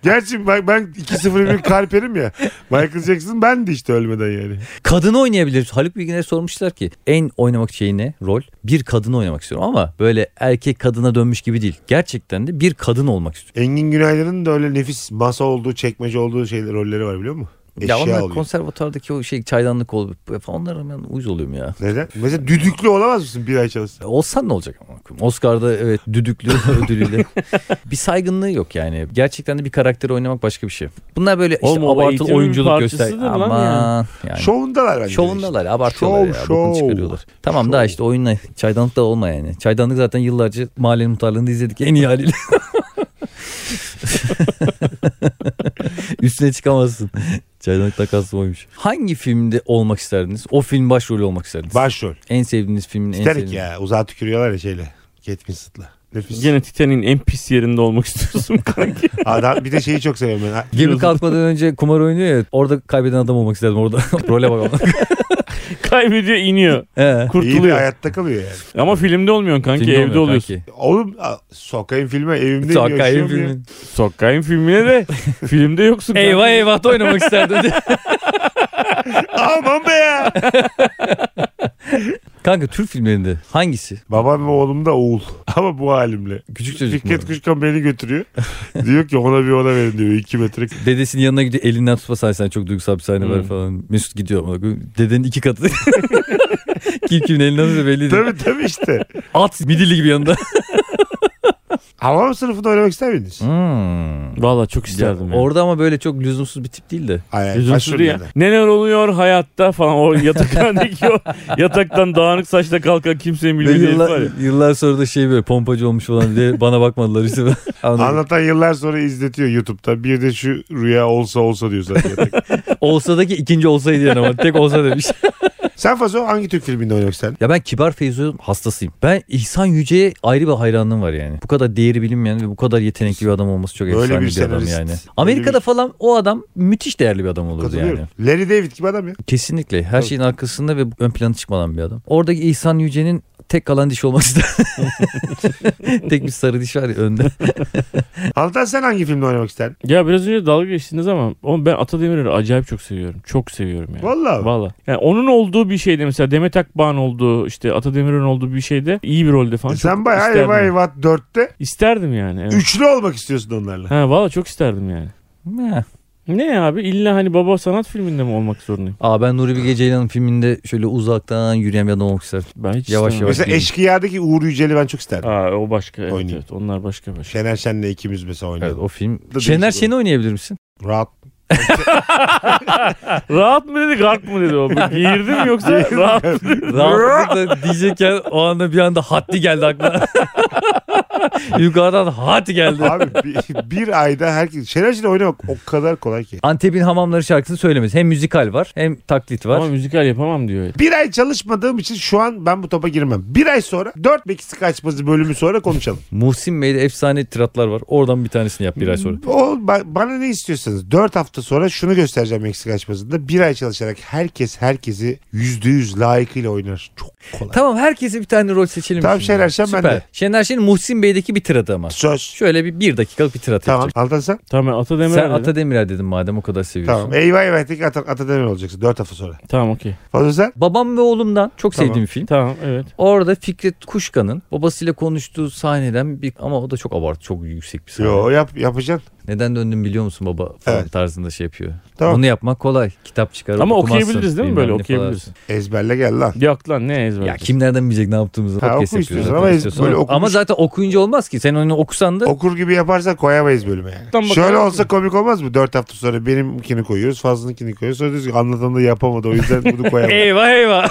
Speaker 1: Gerçi ben, ben 2-0-1 kalperim ya. Michael Jackson ben de işte ölmeden yani.
Speaker 2: Kadını oynayabilir. Haluk Bilginer'e sormuşlar ki en oynamak şeyi ne? Rol. Bir kadını oynamak istiyorum ama böyle erkek kadına dönmüş gibi değil. Gerçekten de bir kadın olmak istiyorum.
Speaker 1: Engin Günaydın'ın da öyle nefis masa olduğu, çekmece olduğu şeyler, rolleri var biliyor musun? Eşya
Speaker 2: ya onlar
Speaker 1: oluyor.
Speaker 2: konservatuvardaki o şey çaydanlık olup falan onlara ben uyuz oluyorum ya.
Speaker 1: Neden? Mesela düdüklü olamaz mısın bir ay çalışsa?
Speaker 2: Olsan ne olacak ama? Oscar'da evet düdüklü ödülüyle. bir saygınlığı yok yani. Gerçekten de bir karakteri oynamak başka bir şey. Bunlar böyle işte
Speaker 3: Oğlum o eğitimin
Speaker 2: abartılı
Speaker 3: bir
Speaker 2: oyunculuk göster.
Speaker 3: parçasıdır lan
Speaker 2: Aman yani.
Speaker 1: Şovundalar bence. de
Speaker 2: Şovundalar abartıyorlar
Speaker 1: Şov,
Speaker 2: ya.
Speaker 1: şov.
Speaker 2: Bokunu çıkarıyorlar. Tamam
Speaker 1: Şov.
Speaker 2: daha işte oyunla çaydanlık da olma yani. Çaydanlık zaten yıllarca mahallenin muhtarlığında izledik en iyi haliyle. Üstüne çıkamazsın. Çaydanlıkta kastım oymuş. Hangi filmde olmak isterdiniz? O film başrolü olmak isterdiniz.
Speaker 1: Işte. Başrol.
Speaker 2: en sevdiğiniz filmin en
Speaker 1: Titanic
Speaker 2: sevdiğiniz.
Speaker 1: ya. Uzağa tükürüyorlar ya şeyle. Kate Winslet'la. Nefis.
Speaker 3: Gene Titan'in en pis yerinde olmak istiyorsun kanki.
Speaker 1: Adam, bir de şeyi çok seviyorum ben. Ha,
Speaker 2: Gemi kalkmadan önce kumar oynuyor ya. Orada kaybeden adam olmak isterdim. Orada role bak.
Speaker 3: Kaybediyor iniyor.
Speaker 2: He.
Speaker 1: İyi de
Speaker 3: Kurtuluyor.
Speaker 1: hayatta kalıyor yani.
Speaker 3: Ama filmde olmuyorsun kanki
Speaker 2: Filmde olmuyor
Speaker 3: evde oluyorsun.
Speaker 2: kanki.
Speaker 1: Oğlum a- sokayım filme evimde
Speaker 2: Sakkay'ın
Speaker 1: yaşıyorum ya.
Speaker 2: filmin.
Speaker 3: Sokkay'ın filmine de filmde yoksun. kanki.
Speaker 2: Eyvah eyvah da oynamak isterdim.
Speaker 1: Aman be ya.
Speaker 2: Kanka Türk filmlerinde hangisi?
Speaker 1: Babam ve oğlum da oğul. Ama bu halimle.
Speaker 2: Küçük çocuk mu?
Speaker 1: Fikret Kuşkan beni götürüyor. diyor ki ona bir ona verin diyor. 2 metre.
Speaker 2: Dedesinin yanına gidiyor elinden tutma sahnesi çok duygusal bir sahne var
Speaker 3: Hmm.
Speaker 2: falan. Mesut gidiyor ama dedenin iki katı. Kim kimin elinden tutuyor belli değil.
Speaker 1: tabii tabii işte.
Speaker 2: At midilli gibi yanında.
Speaker 1: Havam sınıfında oynamak ister miydiniz?
Speaker 2: Hmm.
Speaker 3: Valla çok isterdim.
Speaker 2: Ya,
Speaker 3: ya.
Speaker 2: Orada ama böyle çok lüzumsuz bir tip değil de.
Speaker 1: Ay, ay,
Speaker 3: Lüzumsuz
Speaker 1: başrol
Speaker 3: ya.
Speaker 1: yani.
Speaker 3: Neler oluyor hayatta falan. O yatakhanedeki o yataktan dağınık saçla kalkan kimsenin
Speaker 2: Böyle
Speaker 3: bilmediği herif var ya.
Speaker 2: yıllar, yıllar sonra da şey böyle pompacı olmuş falan diye bana bakmadılar işte. Anladın mı?
Speaker 1: Anlatan yıllar sonra izletiyor YouTube'da. Bir de şu rüya olsa olsa diyor zaten.
Speaker 2: Olsa'daki ikinci olsaydı yani ama tek olsa demiş.
Speaker 1: Sen Fazo hangi Türk filminde oynamak isterdin?
Speaker 2: Ya ben Kibar Feyzo'nun hastasıyım. Ben İhsan Yüce'ye ayrı bir hayranlığım var yani. Bu kadar değeri bilinmeyen ve bu kadar yetenekli bir adam olması çok
Speaker 1: Böyle
Speaker 2: efsane
Speaker 1: bir
Speaker 2: bir, adam
Speaker 1: senarist.
Speaker 2: yani.
Speaker 1: Böyle
Speaker 2: Amerika'da
Speaker 1: bir-
Speaker 2: falan o adam müthiş değerli bir adam olurdu yani.
Speaker 1: Katılıyorum. Larry David gibi adam ya.
Speaker 2: Kesinlikle. Her
Speaker 1: Tabii.
Speaker 2: şeyin arkasında ve ön plana çıkmadan bir adam. Oradaki İhsan Yüce'nin tek kalan diş olması da. tek bir sarı diş var ya önde.
Speaker 1: Altan sen hangi filmde oynamak isterdin?
Speaker 3: Ya biraz önce dalga geçtiniz ama oğlum ben Atademir'i acayip çok seviyorum. Çok seviyorum yani.
Speaker 1: Valla.
Speaker 3: Valla. Yani onun olduğu bir şeyde mesela Demet Akbağ'ın olduğu işte Atademir'in olduğu bir şeyde iyi bir rolde falan.
Speaker 1: E Sen
Speaker 3: çok
Speaker 1: bayağı
Speaker 3: isterdim.
Speaker 1: Eyvah Eyvah 4'te
Speaker 3: İsterdim yani. Evet.
Speaker 1: üçlü olmak istiyorsun onlarla.
Speaker 3: Ha valla çok isterdim yani.
Speaker 2: Meh.
Speaker 3: Ne abi illa hani baba sanat filminde mi olmak zorundayım?
Speaker 2: Aa ben Nuri Bilge Ceylan'ın filminde şöyle uzaktan yürüyen bir adam olmak isterdim.
Speaker 3: Ben hiç
Speaker 2: Yavaş
Speaker 3: istemem.
Speaker 2: yavaş.
Speaker 1: Mesela
Speaker 2: değil.
Speaker 1: Eşkıya'daki Uğur Yücel'i ben çok isterdim.
Speaker 3: Aa, o başka evet,
Speaker 1: Oynayayım.
Speaker 3: evet, onlar başka başka.
Speaker 1: Şener Şen'le ikimiz mesela
Speaker 2: Evet
Speaker 1: oynuyorduk.
Speaker 2: o film.
Speaker 1: Da
Speaker 2: Şener
Speaker 1: değişik
Speaker 2: Şen'i oynayabilir misin?
Speaker 1: Rahat.
Speaker 3: rahat mı dedi gark mı dedi o. Girdim yoksa rahat mı?
Speaker 2: Rahatlıkla diyecekken o anda bir anda haddi geldi aklına. Yukarıdan haddi geldi.
Speaker 1: Abi bir, bir ayda herkes... Şener Şen'le oynamak o kadar kolay ki.
Speaker 2: Antep'in hamamları şarkısını söylemesi. Hem müzikal var hem taklit var.
Speaker 3: Ama müzikal yapamam diyor.
Speaker 1: Bir ay çalışmadığım için şu an ben bu topa girmem. Bir ay sonra dört Meksika kaçması bölümü sonra konuşalım.
Speaker 2: Muhsin Bey'de efsane tiratlar var. Oradan bir tanesini yap bir ay sonra.
Speaker 1: O, ba- bana ne istiyorsanız dört hafta sonra şunu göstereceğim Meksika açmasında. Bir ay çalışarak herkes herkesi yüzde yüz layıkıyla oynar. Çok kolay.
Speaker 2: Tamam herkese bir tane rol seçelim.
Speaker 1: Tamam,
Speaker 2: şimdi.
Speaker 1: Şener Şen
Speaker 2: Süper.
Speaker 1: bende.
Speaker 2: Şener Şen'in Muhsin Bey'deki bir tiratı ama.
Speaker 1: Söz.
Speaker 2: Şöyle bir, bir dakikalık bir tirat
Speaker 1: Tamam.
Speaker 2: yapacak.
Speaker 1: Altan sen?
Speaker 3: Tamam ben Atademir'e
Speaker 2: Sen
Speaker 3: dedim.
Speaker 2: Atademirer dedin madem o kadar seviyorsun.
Speaker 1: Tamam. Eyvah eyvah tek Ata- Atademir olacaksın dört hafta sonra.
Speaker 3: Tamam okey.
Speaker 1: Fazla sen?
Speaker 2: Babam ve oğlumdan çok
Speaker 1: Tamam.
Speaker 2: sevdiğim film.
Speaker 3: Tamam evet.
Speaker 2: Orada Fikret Kuşkan'ın babasıyla konuştuğu sahneden bir ama o da çok abartı çok yüksek bir sahne.
Speaker 1: Yo yap, yapacaksın.
Speaker 2: Neden döndüm biliyor musun baba falan
Speaker 1: Evet.
Speaker 2: tarzında şey yapıyor.
Speaker 1: Tamam.
Speaker 2: Bunu yapmak kolay. Kitap çıkar
Speaker 3: Ama
Speaker 2: okumazsın,
Speaker 3: okuyabiliriz değil mi
Speaker 2: bilmem
Speaker 3: böyle
Speaker 2: ne falan.
Speaker 3: okuyabiliriz.
Speaker 1: Ezberle gel lan.
Speaker 3: Yok lan ne ezber.
Speaker 2: Ya kim nereden bilecek ne yaptığımızı?
Speaker 1: Ha,
Speaker 2: Podcast
Speaker 1: oku
Speaker 2: yapıyoruz
Speaker 1: istiyorsun
Speaker 2: zaten
Speaker 1: ama
Speaker 2: istiyorsun.
Speaker 1: böyle
Speaker 2: Ama-
Speaker 1: okumuş-
Speaker 2: Ama zaten okuyunca olmaz ki. Sen onu okusan da
Speaker 1: Okur gibi yaparsak koyamayız bölüme yani.
Speaker 3: Tam bakalım.
Speaker 1: Şöyle olsa komik olmaz mı? Dört hafta sonra benimkini koyuyoruz, fazlınınkini koyuyoruz. Sonra diyoruz ki anlatan da yapamadı o yüzden bunu koyamayız.
Speaker 2: eyvah eyvah.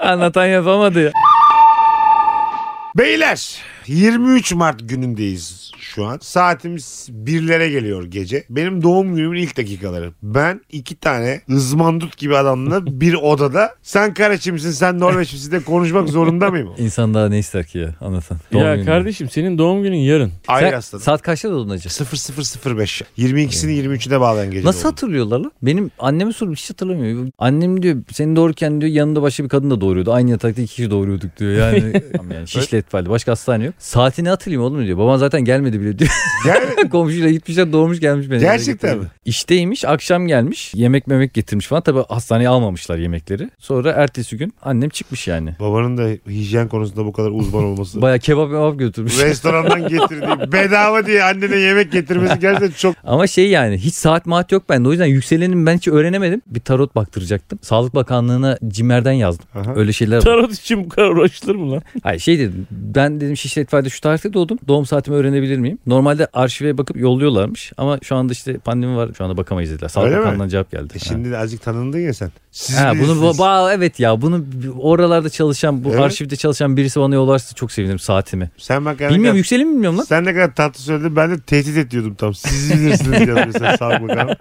Speaker 2: Anlatan yapamadı ya.
Speaker 1: Beyler 23 Mart günündeyiz şu an. Saatimiz birlere geliyor gece. Benim doğum günümün ilk dakikaları. Ben iki tane ızmandut gibi adamla bir odada sen Karaçimsin sen Norveç misin de konuşmak zorunda mıyım?
Speaker 2: İnsan daha ne ister ki ya anlatan. Doğum
Speaker 3: Ya
Speaker 2: günü.
Speaker 3: kardeşim senin doğum günün yarın.
Speaker 1: Ayrı
Speaker 2: Sen-
Speaker 1: hastalık.
Speaker 2: Saat kaçta doğdun acaba?
Speaker 1: 0005. 22'sini 23'üne bağlayan gece.
Speaker 2: Nasıl
Speaker 1: doğum.
Speaker 2: hatırlıyorlar lan? Benim anneme sorup hiç hatırlamıyor. Annem diyor seni doğururken diyor yanında başka bir kadın da doğuruyordu. Aynı yatakta iki kişi doğuruyorduk diyor. Yani, yani şişlet falan. Başka hastane yok. Saatini hatırlayayım oğlum diyor. Baban zaten gelmedi bile diyor.
Speaker 1: Gel-
Speaker 2: Komşuyla gitmişler doğurmuş gelmiş. beni.
Speaker 1: Gerçekten mi?
Speaker 2: İşteymiş akşam gelmiş. Yemek memek getirmiş falan. Tabii hastaneye almamışlar yemekleri. Sonra ertesi gün annem çıkmış yani.
Speaker 1: Babanın da hijyen konusunda bu kadar uzman olması.
Speaker 2: Baya kebap kebap götürmüş.
Speaker 1: Restorandan getirdiği bedava diye annene yemek getirmesi gerçekten çok
Speaker 2: Ama şey yani hiç saat maat yok bende. O yüzden yükselenim ben hiç öğrenemedim. Bir tarot baktıracaktım. Sağlık Bakanlığı'na cimerden yazdım.
Speaker 1: Aha.
Speaker 2: Öyle şeyler var.
Speaker 3: Tarot için bu kadar uğraşılır mı lan?
Speaker 2: Hayır şey dedim. Ben dedim Şişli Etfal'de şu tarihte doğdum. Doğum saatimi öğrenebilir miyim? Normalde arşive bakıp yolluyorlarmış. Ama şu anda işte pandemi var. Şu anda bakamayız dediler. Sağlık
Speaker 1: Öyle mi?
Speaker 2: Bakanlığı'ndan cevap geldi.
Speaker 1: E şimdi de azıcık tanındın ya sen. Siz
Speaker 2: Ha, bunu
Speaker 1: bilirsiniz.
Speaker 2: ba- evet ya bunu oralarda çalışan bu
Speaker 1: Evet.
Speaker 2: arşivde çalışan birisi bana yollarsa çok sevinirim saatimi.
Speaker 1: sen bak yani
Speaker 2: Bilmiyorum yükselim mi bilmiyorum lan.
Speaker 1: Sen ne kadar tatlı söyledin ben de tehdit ediyordum tam. Siz bilirsiniz yazıyor sen sağlık bakalım.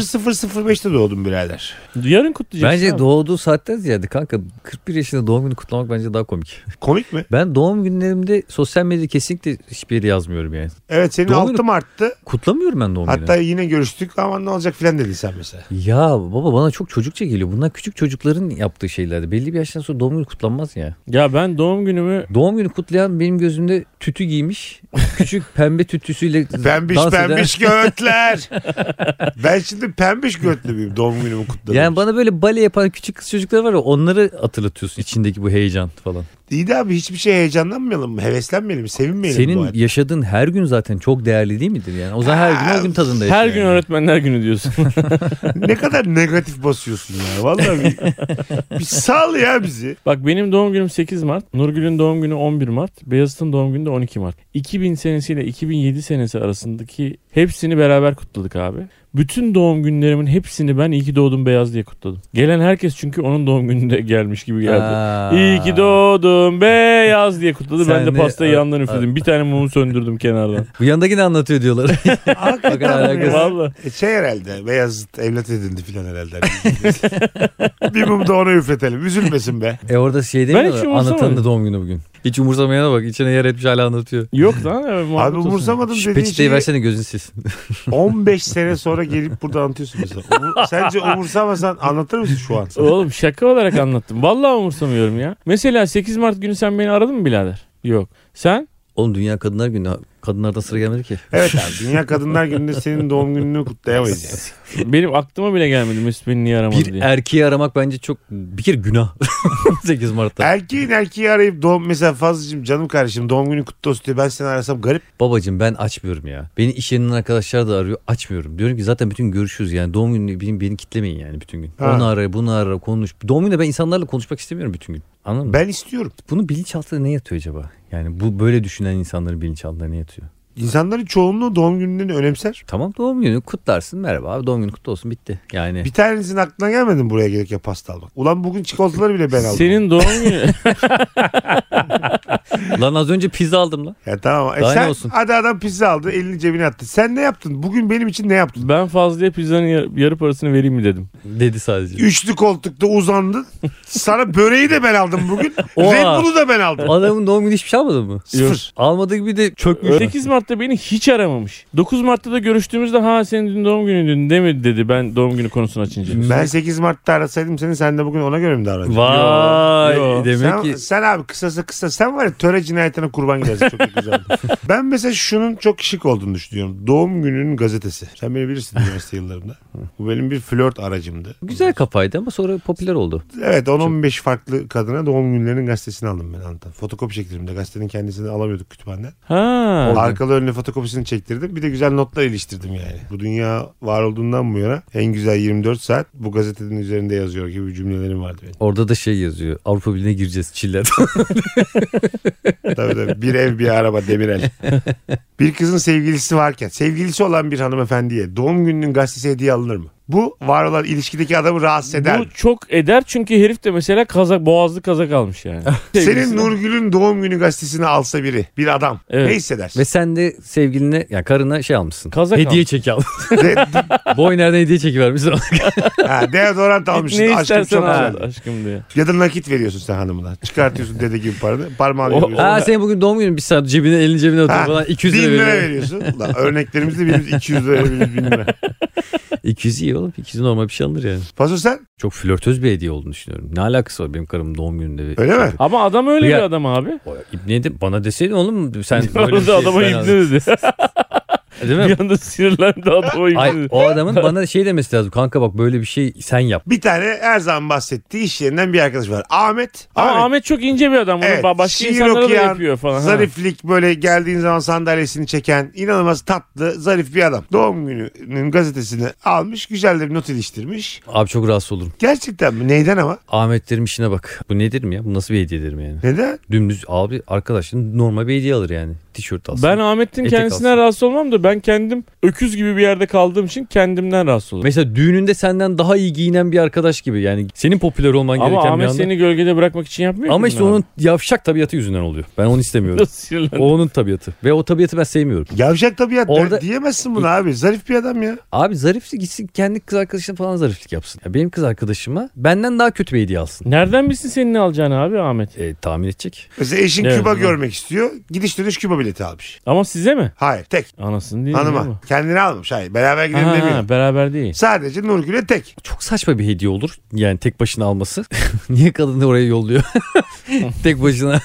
Speaker 1: 0005'te doğdum birader.
Speaker 3: Yarın kutlayacaksın.
Speaker 2: Bence
Speaker 3: abi.
Speaker 2: doğduğu saatten ziyade kanka 41 yaşında doğum günü kutlamak bence daha komik.
Speaker 1: Komik mi?
Speaker 2: Ben doğum günlerimde sosyal medyada kesinlikle hiçbir yere yazmıyorum yani.
Speaker 1: Evet senin
Speaker 2: Doğum
Speaker 1: altı
Speaker 2: günü-
Speaker 1: mı arttı?
Speaker 2: Kutlamıyorum ben doğum günü.
Speaker 1: Hatta yine görüştük ama ne olacak filan dedin sen mesela.
Speaker 2: Ya baba bana çok çocukça geliyor. Bunlar küçük çocukların yaptığı şeylerdi. Belli bir yaştan sonra doğum günü kutlanmaz ya.
Speaker 3: Ya ben doğum günümü
Speaker 2: Doğum günü kutlayan benim gözümde tütü giymiş. Küçük pembe tütüsüyle
Speaker 1: Pembiş
Speaker 2: dans eden-
Speaker 1: pembiş götler. ben şimdi pembiş götlü müyüm doğum günümü kutladım.
Speaker 2: Yani bana böyle bale yapan küçük kız çocukları var ya onları hatırlatıyorsun içindeki bu heyecan falan.
Speaker 1: İyi de abi hiçbir şey heyecanlanmayalım mı? Heveslenmeyelim mi? Sevinmeyelim mi bu
Speaker 2: Senin
Speaker 1: hayatta?
Speaker 2: yaşadığın her gün zaten çok değerli değil midir yani? O zaman her gün o gün tadında yaşa
Speaker 3: her
Speaker 2: yani.
Speaker 3: gün öğretmenler günü diyorsun.
Speaker 1: ne kadar negatif basıyorsun ya. Vallahi bir, bir sal ya bizi.
Speaker 3: Bak benim doğum günüm 8 Mart. Nurgül'ün doğum günü 11 Mart. Beyazıt'ın doğum günü de 12 Mart. 2000 senesiyle 2007 senesi arasındaki hepsini beraber kutladık abi. Bütün doğum günlerimin hepsini ben iyi ki doğdum beyaz diye kutladım. Gelen herkes çünkü onun doğum gününde gelmiş gibi geldi.
Speaker 2: Aa.
Speaker 3: İyi ki doğdum beyaz diye kutladı.
Speaker 2: Sen
Speaker 3: ben de
Speaker 2: de-
Speaker 3: pastayı
Speaker 2: a-
Speaker 3: yandan üfledim. Bir tane mumu söndürdüm kenardan.
Speaker 2: Bu yandaki ne anlatıyor diyorlar. Bakın
Speaker 1: Hakikaten mi
Speaker 2: alakası-
Speaker 1: ya?
Speaker 3: Valla.
Speaker 1: E, Şey herhalde Beyazıt evlat edindi filan herhalde. bir mum da ona üfletelim. Üzülmesin be.
Speaker 2: e orada şey
Speaker 3: Ben hiç
Speaker 2: demiyorlar anlatanın
Speaker 3: umursamadım.
Speaker 2: da doğum günü bugün. Hiç umursamayana bak içine yer etmiş hala anlatıyor.
Speaker 3: Yok lan. evet, muhabbet
Speaker 1: Abi
Speaker 3: olsun.
Speaker 1: umursamadım
Speaker 2: Şu
Speaker 1: dediğin
Speaker 2: peçeteyi
Speaker 1: şeyi
Speaker 2: versene gözün silsin.
Speaker 1: 15 sene sonra gelip burada anlatıyorsun mesela. Umur- Sence umursamasan anlatır mısın şu an? sen?
Speaker 3: Oğlum şaka olarak anlattım. Vallahi umursamıyorum ya. Mesela 8 Mart günü sen beni aradın mı birader? Yok. Sen?
Speaker 2: Oğlum Dünya Kadınlar Günü. Kadınlardan sıra gelmedi ki.
Speaker 1: Evet abi Dünya Kadınlar Günü'nde senin doğum gününü kutlayamayız yani.
Speaker 3: Benim aklıma bile gelmedi Mesut beni niye aramadı
Speaker 2: Bir er-
Speaker 3: diye.
Speaker 2: erkeği aramak bence çok bir kere günah. 8 Mart'ta.
Speaker 1: Erkeğin erkeği arayıp doğum mesela Fazlıcığım canım kardeşim doğum günü kutlu olsun diye ben seni arasam garip.
Speaker 2: Babacım ben açmıyorum ya. Beni iş yerinden arkadaşlar da arıyor. Açmıyorum. Diyorum ki zaten bütün gün görüşürüz yani. Doğum günü beni, beni kitlemeyin yani bütün gün.
Speaker 1: Ha.
Speaker 2: Onu ara bunu ara konuş. Doğum gününde ben insanlarla konuşmak istemiyorum bütün gün. Anladın mı?
Speaker 1: Ben istiyorum.
Speaker 2: Bunu bilinçaltında ne yatıyor acaba? Yani bu böyle düşünen insanların bilinçaltında ne yatıyor?
Speaker 1: İnsanların çoğunluğu doğum gününü önemser.
Speaker 2: Tamam doğum günü kutlarsın. Merhaba abi doğum günü kutlu olsun bitti. Yani
Speaker 1: Bir tanesinin aklına gelmedi mi buraya gelirken pasta almak? Ulan bugün çikolataları bile ben aldım.
Speaker 3: Senin doğum günü.
Speaker 2: lan az önce pizza aldım lan.
Speaker 1: Ya tamam. E
Speaker 2: Daha ne
Speaker 1: sen
Speaker 2: olsun?
Speaker 1: hadi adam pizza aldı elini cebine attı. Sen ne yaptın? Bugün benim için ne yaptın?
Speaker 3: ben Fazlı'ya pizzanın yar- yarı parasını vereyim mi dedim.
Speaker 2: Dedi sadece.
Speaker 1: Üçlü koltukta uzandın. Sana böreği de ben aldım bugün.
Speaker 2: Oha.
Speaker 1: Red Bull'u da ben aldım.
Speaker 2: Adamın doğum günü hiçbir şey almadı mı?
Speaker 1: Sıfır.
Speaker 2: Almadığı gibi de çökmüş.
Speaker 3: 8 Mart'ta beni hiç aramamış. 9 Mart'ta da görüştüğümüzde ha senin dün doğum günüydün değil mi dedi ben doğum günü konusunu açınca.
Speaker 1: Ben 8 Mart'ta arasaydım seni sen de bugün ona göre mi davranacaksın?
Speaker 2: Vay
Speaker 3: Yo, yo.
Speaker 2: demek
Speaker 1: sen,
Speaker 2: ki
Speaker 1: sen abi kısası kısa sen var ya töre cinayetine kurban gidersin çok güzel. ben mesela şunun çok şık olduğunu düşünüyorum. Doğum gününün gazetesi. Sen beni bilirsin üniversite yıllarımda. Bu benim bir flört aracımdı.
Speaker 2: güzel kafaydı ama sonra popüler oldu.
Speaker 1: Evet 10-15 farklı kadına doğum günlerinin gazetesini aldım ben Antan. Fotokopi çektirdim de gazetenin kendisini alamıyorduk kütüphaneden.
Speaker 3: Ha.
Speaker 1: Arkalı önlü fotokopisini çektirdim. Bir de güzel notlar iliştirdim yani. Bu dünya var olduğundan bu yana en güzel 24 saat bu gazetenin üzerinde yazıyor gibi cümlelerim vardı benim.
Speaker 2: Orada da şey yazıyor. Avrupa Birliği'ne gireceğiz Çiller.
Speaker 1: Tabii tabii. Bir ev bir araba Demirel. bir kızın sevgilisi varken sevgilisi olan bir hanımefendiye doğum gününün gazetesi hediye alınır mı? Bu var olan ilişkideki adamı rahatsız eder.
Speaker 3: Bu
Speaker 1: mi?
Speaker 3: çok eder çünkü herif de mesela kazak boğazlı kazak almış yani.
Speaker 1: Senin
Speaker 3: Sevgilisi-
Speaker 1: Nurgül'ün doğum günü gazetesini alsa biri, bir adam
Speaker 3: Evet.
Speaker 1: ne hissedersin?
Speaker 2: Ve sen de sevgiline yani karına şey almışsın.
Speaker 3: Kazak
Speaker 2: hediye çeki almışsın.
Speaker 1: De-
Speaker 2: Boy nereden hediye çeki vermişsin.
Speaker 1: ha, deodorant almışsın.
Speaker 3: ne
Speaker 1: Aşkım
Speaker 3: istersen
Speaker 1: çok
Speaker 3: al
Speaker 1: güzel.
Speaker 3: aşkım diye.
Speaker 1: Ya da nakit veriyorsun sen hanımına. Çıkartıyorsun dede gibi paranı. Parmağını
Speaker 3: O-
Speaker 1: yapıyorsun.
Speaker 2: ha senin bugün doğum günün bir saat cebine elini cebine atıyor
Speaker 1: Ha,
Speaker 2: falan 200
Speaker 1: bin
Speaker 2: lira
Speaker 1: lira
Speaker 2: veriyor.
Speaker 1: veriyorsun. Ulan örneklerimizde birimiz 200 lira birimiz 1000 lira.
Speaker 2: 200 iyi oğlum 200 normal bir şey alınır yani.
Speaker 1: Paso sen?
Speaker 2: Çok flörtöz bir hediye olduğunu düşünüyorum. Ne alakası var benim karımın doğum gününde? bir-
Speaker 1: Öyle mi?
Speaker 3: Ama adam öyle
Speaker 2: Ya-
Speaker 3: bir adam abi.
Speaker 2: O İbniye de bana deseydin oğlum sen böyle bir
Speaker 3: Orada
Speaker 2: şey
Speaker 3: adama
Speaker 2: ben
Speaker 3: ibne
Speaker 2: aldım.
Speaker 3: dedi.
Speaker 2: Değil mi?
Speaker 3: bir anda sinirlendi adama ibne
Speaker 2: Ay,
Speaker 3: dedi.
Speaker 2: o adamın bana şey demesi lazım. Kanka bak böyle bir şey sen yap.
Speaker 1: Bir tane her zaman bahsettiği iş yerinden bir arkadaş var. Ahmet.
Speaker 3: Ama Ahmet. çok ince bir adam. Onu
Speaker 1: Evet,
Speaker 3: ba- başka
Speaker 1: şiir
Speaker 3: insanlara
Speaker 1: okuyan,
Speaker 3: da yapıyor falan. ha.
Speaker 1: Zariflik böyle geldiğin zaman sandalyesini çeken inanılmaz tatlı zarif bir adam. Doğum gününün gazetesini almış güzel de bir not iliştirmiş.
Speaker 2: Abi çok rahatsız olurum.
Speaker 1: Gerçekten mi? Neyden ama?
Speaker 2: Ahmet derim işine bak. Bu ne derim ya? Bu nasıl bir hediye derim yani?
Speaker 1: Neden?
Speaker 2: Dümdüz abi arkadaşın normal bir hediye alır yani. tişört alsın.
Speaker 3: Ben Ahmet'in
Speaker 2: Etek
Speaker 3: kendisinden
Speaker 2: alsın.
Speaker 3: rahatsız olmam da ben kendim öküz gibi bir yerde kaldığım için kendimden rahatsız olurum.
Speaker 2: Mesela düğününde senden daha iyi giyinen bir arkadaş gibi yani senin popüler olman
Speaker 3: Ama
Speaker 2: gereken bir
Speaker 3: Ahmet
Speaker 2: anda.
Speaker 3: seni gölgede bırakmak için yapmıyor
Speaker 2: Ama
Speaker 3: ki
Speaker 2: işte
Speaker 3: bunu.
Speaker 2: onun yavşak tabiatı yüzünden oluyor. Ben onu istemiyorum.
Speaker 3: Nasıl sinirlendim?
Speaker 2: o onun tabiatı. Ve o tabiatı ben sevmiyorum.
Speaker 1: Yavşak tabiat
Speaker 2: Orada-
Speaker 1: diyemezsin bunu abi. Zarif bir adam ya.
Speaker 2: Abi zariflik gitsin kendi kız arkadaşına falan zariflik yapsın. Ya benim kız arkadaşıma benden daha kötü bir hediye alsın.
Speaker 3: Nereden bilsin senin ne alacağını abi Ahmet?
Speaker 2: E, tahmin edecek.
Speaker 1: Mesela eşin
Speaker 3: Evet,
Speaker 1: Küba
Speaker 3: evet.
Speaker 1: görmek istiyor. Gidiş dönüş Küba bileti almış.
Speaker 3: Ama size mi?
Speaker 1: Hayır tek.
Speaker 3: Anasını değil
Speaker 1: Hanıma.
Speaker 3: mi?
Speaker 1: Kendini almış. Hayır. Beraber gidelim
Speaker 3: Ha,
Speaker 1: demiyor.
Speaker 3: beraber değil.
Speaker 1: Sadece Nurgül'e tek.
Speaker 2: Çok saçma bir hediye olur. Yani tek başına alması. Niye kadını oraya yolluyor? tek başına.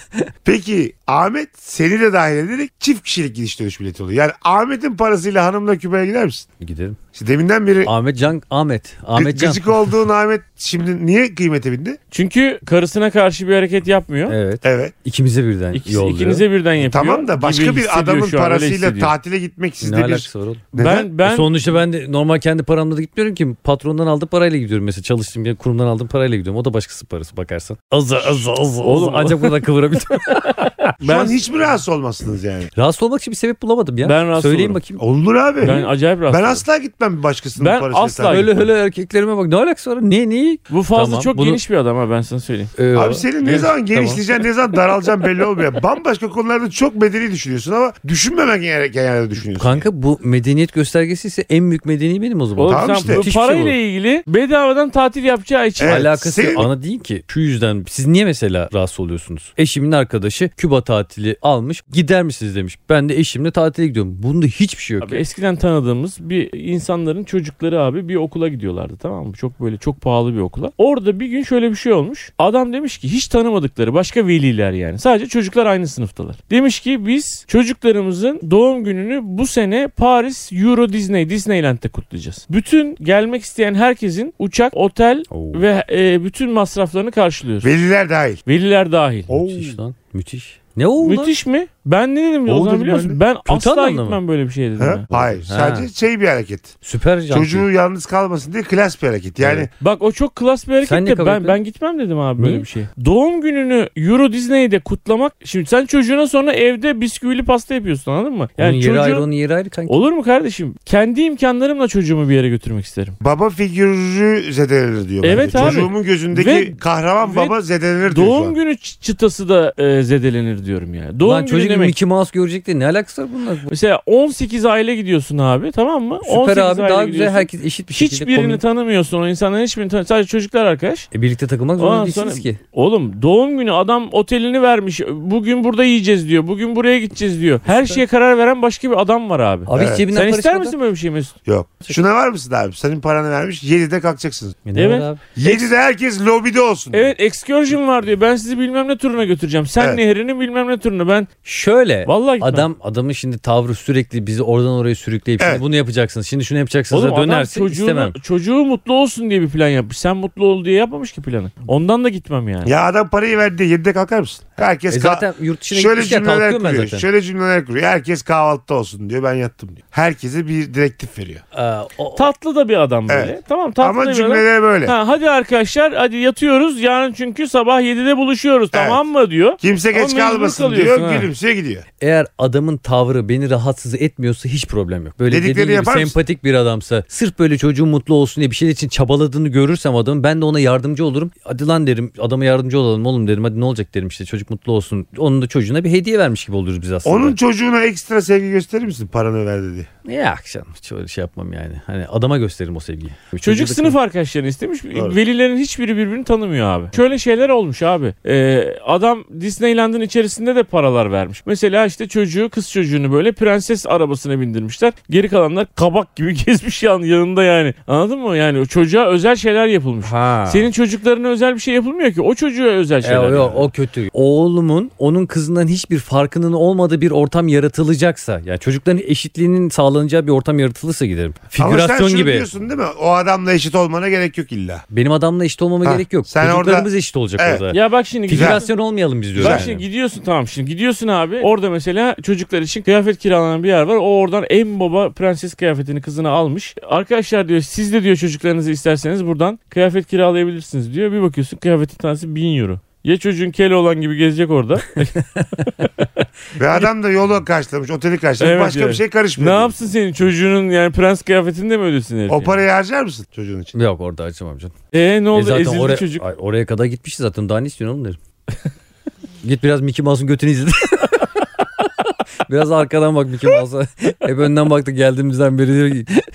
Speaker 1: Peki Ahmet seni de dahil ederek çift kişilik gidiş dönüş bileti oluyor. Yani Ahmet'in parasıyla hanımla Küba'ya gider misin?
Speaker 2: Giderim.
Speaker 1: İşte deminden beri
Speaker 2: Ahmet Can. Ahmet.
Speaker 1: Ahmet
Speaker 2: Ahmet Can.
Speaker 1: gıcık olduğun Ahmet şimdi niye kıymete bindi?
Speaker 3: Çünkü karısına karşı bir hareket yapmıyor.
Speaker 2: Evet.
Speaker 1: Evet. E,
Speaker 2: İkimize birden
Speaker 3: İkisi,
Speaker 2: yolluyor.
Speaker 3: ikinize birden yapıyor.
Speaker 1: Tamam da
Speaker 3: gibi
Speaker 1: başka
Speaker 3: hissediyor
Speaker 1: bir adamın
Speaker 3: şu an, öyle
Speaker 1: parasıyla
Speaker 3: hissediyor.
Speaker 1: tatile gitmek
Speaker 2: ne
Speaker 1: sizde bir...
Speaker 2: alakası var oğlum? E
Speaker 1: Neden? E,
Speaker 3: Ben ben
Speaker 2: Sonuçta ben de normal kendi paramla da gitmiyorum ki. Patrondan aldığım parayla gidiyorum mesela. Çalıştığım yer kurumdan aldığım parayla gidiyorum. O da başkası parası bakarsan. Az az az az.
Speaker 3: Oğlum.
Speaker 2: Ancak buradan kıvırabilirim.
Speaker 1: Şu an
Speaker 3: ben-
Speaker 1: hiç mi rahatsız olmazsınız yani?
Speaker 2: rahatsız olmak için bir sebep bulamadım ya.
Speaker 3: Ben rahatsız
Speaker 2: Söyleyin
Speaker 3: olurum.
Speaker 2: bakayım.
Speaker 1: Olur abi.
Speaker 3: ben
Speaker 1: Ben,
Speaker 3: acayip rahatsız.
Speaker 1: asla gitmem bir başkasının
Speaker 3: Ben
Speaker 1: parasıyla
Speaker 3: asla
Speaker 1: tatile.
Speaker 2: Öyle öyle erkeklerime bak. Ne alakası var? Ne ne?
Speaker 3: Bu fazla
Speaker 2: Tamam,
Speaker 3: çok
Speaker 2: bunu-
Speaker 3: geniş bir adam ha ben sana söyleyeyim.
Speaker 2: Ee,
Speaker 1: Abi senin ne
Speaker 2: evet,
Speaker 1: zaman
Speaker 2: tamam.
Speaker 1: genişleyeceksin ne zaman daralacaksın belli olmuyor. Bambaşka konularda çok bedeli düşünüyorsun ama düşünmemen gereken yerlerde düşünüyorsun.
Speaker 2: Kanka bu medeniyet göstergesi ise en büyük medeni benim o zaman.
Speaker 3: Oğlum
Speaker 1: tamam
Speaker 3: sen
Speaker 1: işte.
Speaker 3: bu
Speaker 2: Müthiş bir şey
Speaker 3: parayla
Speaker 2: bu.
Speaker 3: ilgili bedavadan tatil yapacağı için
Speaker 1: Evet,
Speaker 2: Alakası
Speaker 1: senin-
Speaker 2: ana değil ki. Şu yüzden siz niye mesela rahatsız oluyorsunuz? Eşimin arkadaşı Küba tatili almış. Gider misiniz demiş. Ben de eşimle tatile gidiyorum. Bunda hiçbir şey yok.
Speaker 3: Abi eskiden tanıdığımız bir insanların çocukları abi bir okula gidiyorlardı tamam mı? Çok böyle çok pahalı bir okula. Orada bir gün şöyle bir şey olmuş. Adam demiş ki hiç tanımadıkları başka veliler yani. Sadece çocuklar aynı sınıftalar. Demiş ki biz çocuklarımızın doğum gününü bu sene Paris Euro Disney Disneyland'de kutlayacağız. Bütün gelmek isteyen herkesin uçak, otel
Speaker 2: Oo.
Speaker 3: ve e, bütün masraflarını karşılıyoruz.
Speaker 1: Veliler dahil.
Speaker 3: Veliler dahil.
Speaker 1: Oo.
Speaker 2: Müthiş lan. Müthiş. Ne oldu?
Speaker 3: Müthiş mi? Ben ne dedim o
Speaker 1: Oldu
Speaker 3: zaman biliyor
Speaker 1: bilmem
Speaker 3: musun? Ben asla
Speaker 2: anlamı.
Speaker 3: gitmem böyle bir şey dedim.
Speaker 1: Ha?
Speaker 3: ya.
Speaker 1: Hayır. Sadece şey bir hareket.
Speaker 2: Süper canlı.
Speaker 1: Çocuğu yalnız kalmasın diye klas bir hareket. Yani
Speaker 3: Bak o çok klas bir
Speaker 2: Sen
Speaker 3: hareket
Speaker 2: ne
Speaker 3: de
Speaker 2: kabul
Speaker 3: ben,
Speaker 2: ettin?
Speaker 3: ben gitmem dedim abi
Speaker 2: Niye?
Speaker 3: böyle bir şey. Doğum gününü Euro Disney'de kutlamak. Şimdi sen çocuğuna sonra evde bisküvili pasta yapıyorsun anladın mı?
Speaker 2: Onun
Speaker 3: Yani
Speaker 2: yeri
Speaker 3: çocuğu-
Speaker 2: ayrı onun yeri ayrı kanki.
Speaker 3: Olur mu kardeşim? Kendi imkanlarımla çocuğumu bir yere götürmek isterim.
Speaker 1: baba figürü zedelenir diyor.
Speaker 3: Evet
Speaker 1: bence.
Speaker 3: abi.
Speaker 1: Çocuğumun gözündeki
Speaker 3: Ve-
Speaker 1: kahraman
Speaker 3: ve
Speaker 1: baba zedelenir diyor. şu an.
Speaker 3: Doğum günü çı- çıtası da e, zedelenir diyorum yani. Doğum
Speaker 2: Lan
Speaker 3: günü
Speaker 2: çocuk
Speaker 3: demek.
Speaker 2: Mickey Mouse görecek de ne alakası var bunlar?
Speaker 3: Mesela 18 aile gidiyorsun abi tamam mı? 18
Speaker 2: Süper abi
Speaker 3: aile
Speaker 2: daha güzel
Speaker 3: gidiyorsun.
Speaker 2: herkes eşit bir şekilde.
Speaker 3: Hiçbirini
Speaker 2: komün-
Speaker 3: tanımıyorsun o insanların hiçbirini tanımıyorsun. Sadece çocuklar arkadaş.
Speaker 2: E, birlikte takılmak zorunda
Speaker 3: Ondan
Speaker 2: değilsiniz
Speaker 3: sonra-
Speaker 2: ki.
Speaker 3: Oğlum doğum günü adam otelini vermiş. Bugün burada yiyeceğiz diyor. Bugün buraya gideceğiz diyor. Her şeye karar veren başka bir adam var abi.
Speaker 2: Abi hiç
Speaker 1: Evet.
Speaker 2: cebinden
Speaker 3: Sen
Speaker 2: para
Speaker 3: ister
Speaker 2: çıkmadı.
Speaker 3: misin böyle bir şey Mesut?
Speaker 1: Yok. Şuna var mısın abi? Senin paranı vermiş. 7'de kalkacaksınız.
Speaker 2: E, ne
Speaker 3: Değil
Speaker 2: var
Speaker 3: mi?
Speaker 2: abi?
Speaker 1: 7'de herkes lobide olsun.
Speaker 3: Evet excursion var diyor. Ben sizi bilmem ne turuna götüreceğim. Sen
Speaker 1: Evet.
Speaker 3: nehrinin bilmem ne turuna. Ben
Speaker 2: Şöyle.
Speaker 3: vallahi gitmem.
Speaker 2: Adam adamın şimdi tavrı sürekli bizi oradan oraya sürükleyip
Speaker 1: Evet.
Speaker 2: şimdi bunu yapacaksınız. Şimdi şunu yapacaksınız.
Speaker 3: Oğlum adam
Speaker 2: dönersin
Speaker 3: çocuğunu,
Speaker 2: istemem.
Speaker 3: çocuğu mutlu olsun diye bir plan yapmış. Sen mutlu ol diye yapmamış ki planı. Ondan da gitmem yani.
Speaker 1: Ya adam parayı verdi. 7'de kalkar mısın? Herkes
Speaker 2: E
Speaker 1: ka-
Speaker 2: zaten yurt dışına
Speaker 1: şöyle
Speaker 2: gitmiş ya
Speaker 1: cümleler
Speaker 2: kalkıyorum ben
Speaker 1: kuruyor.
Speaker 2: zaten.
Speaker 1: Şöyle cümleler kuruyor. Herkes kahvaltıda olsun diyor. Ben yattım diyor. Herkese bir direktif veriyor.
Speaker 2: Aa, Ee, o-
Speaker 3: Tatlı da bir adam böyle.
Speaker 1: Evet.
Speaker 3: Tamam tatlı
Speaker 1: Ama
Speaker 3: da bir adam.
Speaker 1: cümleler böyle.
Speaker 3: Ha, hadi arkadaşlar hadi yatıyoruz. Yarın çünkü sabah 7'de buluşuyoruz
Speaker 1: Evet.
Speaker 3: tamam mı diyor.
Speaker 1: Kimse
Speaker 3: Ama
Speaker 1: geç
Speaker 3: mecbur
Speaker 1: kalmasın diyor.
Speaker 3: kalıyorsun ha.
Speaker 1: Gülümseye gidiyor.
Speaker 2: Eğer adamın tavrı beni rahatsız etmiyorsa hiç problem yok. Böyle
Speaker 1: Dedikleri
Speaker 2: dediğin gibi
Speaker 1: yapar mısın?
Speaker 2: sempatik bir adamsa sırf böyle çocuğun mutlu olsun diye bir şey için çabaladığını görürsem adamın ben de ona yardımcı olurum. Hadi lan derim adama yardımcı olalım oğlum derim hadi ne olacak derim işte çocuk mutlu olsun. Onun da çocuğuna bir hediye vermiş gibi oluruz biz aslında.
Speaker 1: Onun çocuğuna ekstra sevgi gösterir misin paranı verdi diye?
Speaker 2: Ne akşam hiç öyle şey yapmam yani. Hani adama gösteririm o sevgiyi.
Speaker 3: Çocuk
Speaker 2: da-
Speaker 3: sınıf arkadaşlarını istemiş.
Speaker 1: Doğru.
Speaker 3: Velilerin hiçbiri birbirini tanımıyor abi. Şöyle şeyler olmuş abi. Ee, adam Disneyland'ın içerisinde de paralar vermiş. Mesela işte çocuğu kız çocuğunu böyle prenses arabasına bindirmişler. Geri kalanlar kabak gibi gezmiş yan, yanında yani. Anladın mı? Yani o çocuğa özel şeyler yapılmış.
Speaker 2: Ha.
Speaker 3: Senin çocuklarına özel bir şey yapılmıyor ki. O çocuğa özel
Speaker 2: E,
Speaker 3: şeyler.
Speaker 2: o,
Speaker 3: yapılıyor.
Speaker 2: yok, o kötü. Oğlumun onun kızından hiçbir farkının olmadığı bir ortam yaratılacaksa yani çocukların eşitliğinin sağlanacağı bir ortam yaratılırsa giderim.
Speaker 1: Ama sen
Speaker 2: Figürasyon
Speaker 1: şunu
Speaker 2: gibi.
Speaker 1: diyorsun değil mi? O adamla eşit olmana gerek yok illa.
Speaker 2: Benim adamla eşit olmama
Speaker 1: Ha,
Speaker 2: gerek yok.
Speaker 1: sen
Speaker 2: Çocuklarımız
Speaker 1: orada-
Speaker 2: eşit olacak
Speaker 1: Evet.
Speaker 2: orada.
Speaker 3: Ya bak şimdi
Speaker 1: Güzel.
Speaker 2: Figürasyon olmayalım biz diyoruz.
Speaker 3: Bak
Speaker 1: Güzel.
Speaker 2: yani.
Speaker 3: şimdi gidiyorsun tamam şimdi gidiyorsun abi. Orada mesela çocuklar için kıyafet kiralanan bir yer var. O oradan en baba prenses kıyafetini kızına almış. Arkadaşlar diyor siz de diyor çocuklarınızı isterseniz buradan kıyafet kiralayabilirsiniz diyor. Bir bakıyorsun kıyafetin tanesi 1000 euro. Ya çocuğun kele olan gibi gezecek orada.
Speaker 1: Ve adam da yolu karşılamış, oteli karşılamış.
Speaker 3: Evet
Speaker 1: başka
Speaker 3: yani.
Speaker 1: bir şey
Speaker 3: ne
Speaker 1: karışmıyor.
Speaker 3: yapsın senin çocuğunun yani prens kıyafetini de mi ödesin herif?
Speaker 1: O parayı harcar mısın çocuğun için?
Speaker 2: Yok orada açamam canım.
Speaker 3: yani? E ne
Speaker 2: E
Speaker 3: oldu
Speaker 2: zaten
Speaker 3: ezildi
Speaker 2: oraya,
Speaker 3: çocuk.
Speaker 2: Ay, oraya kadar gitmişti zaten daha ne istiyorsun oğlum derim. Git biraz Mickey Mouse'un götünü izle. biraz arkadan bak Mickey Mouse'a. Hep önden baktı geldiğimizden beri diyor ki.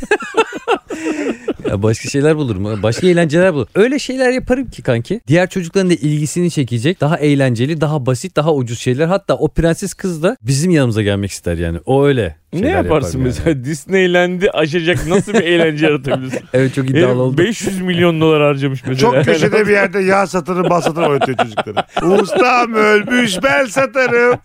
Speaker 2: Ya başka şeyler bulurum. Başka eğlenceler bulurum. Öyle şeyler yaparım ki kanki. Diğer çocukların da ilgisini çekecek. Daha eğlenceli, daha basit, daha ucuz şeyler. Hatta o prenses kız da bizim yanımıza gelmek ister yani. O öyle.
Speaker 3: Ne
Speaker 2: şeyler yapar
Speaker 3: yaparsın
Speaker 2: yani.
Speaker 3: mesela? Disneyland'i aşacak nasıl bir eğlence yaratabilirsin?
Speaker 2: Evet çok
Speaker 3: Herif
Speaker 2: iddialı oldu.
Speaker 3: 500 milyon dolar harcamış mesela.
Speaker 1: Çok köşede bir yerde yağ satarım, bal satarım oynatıyor çocukları. Ustam ölmüş, ben satarım.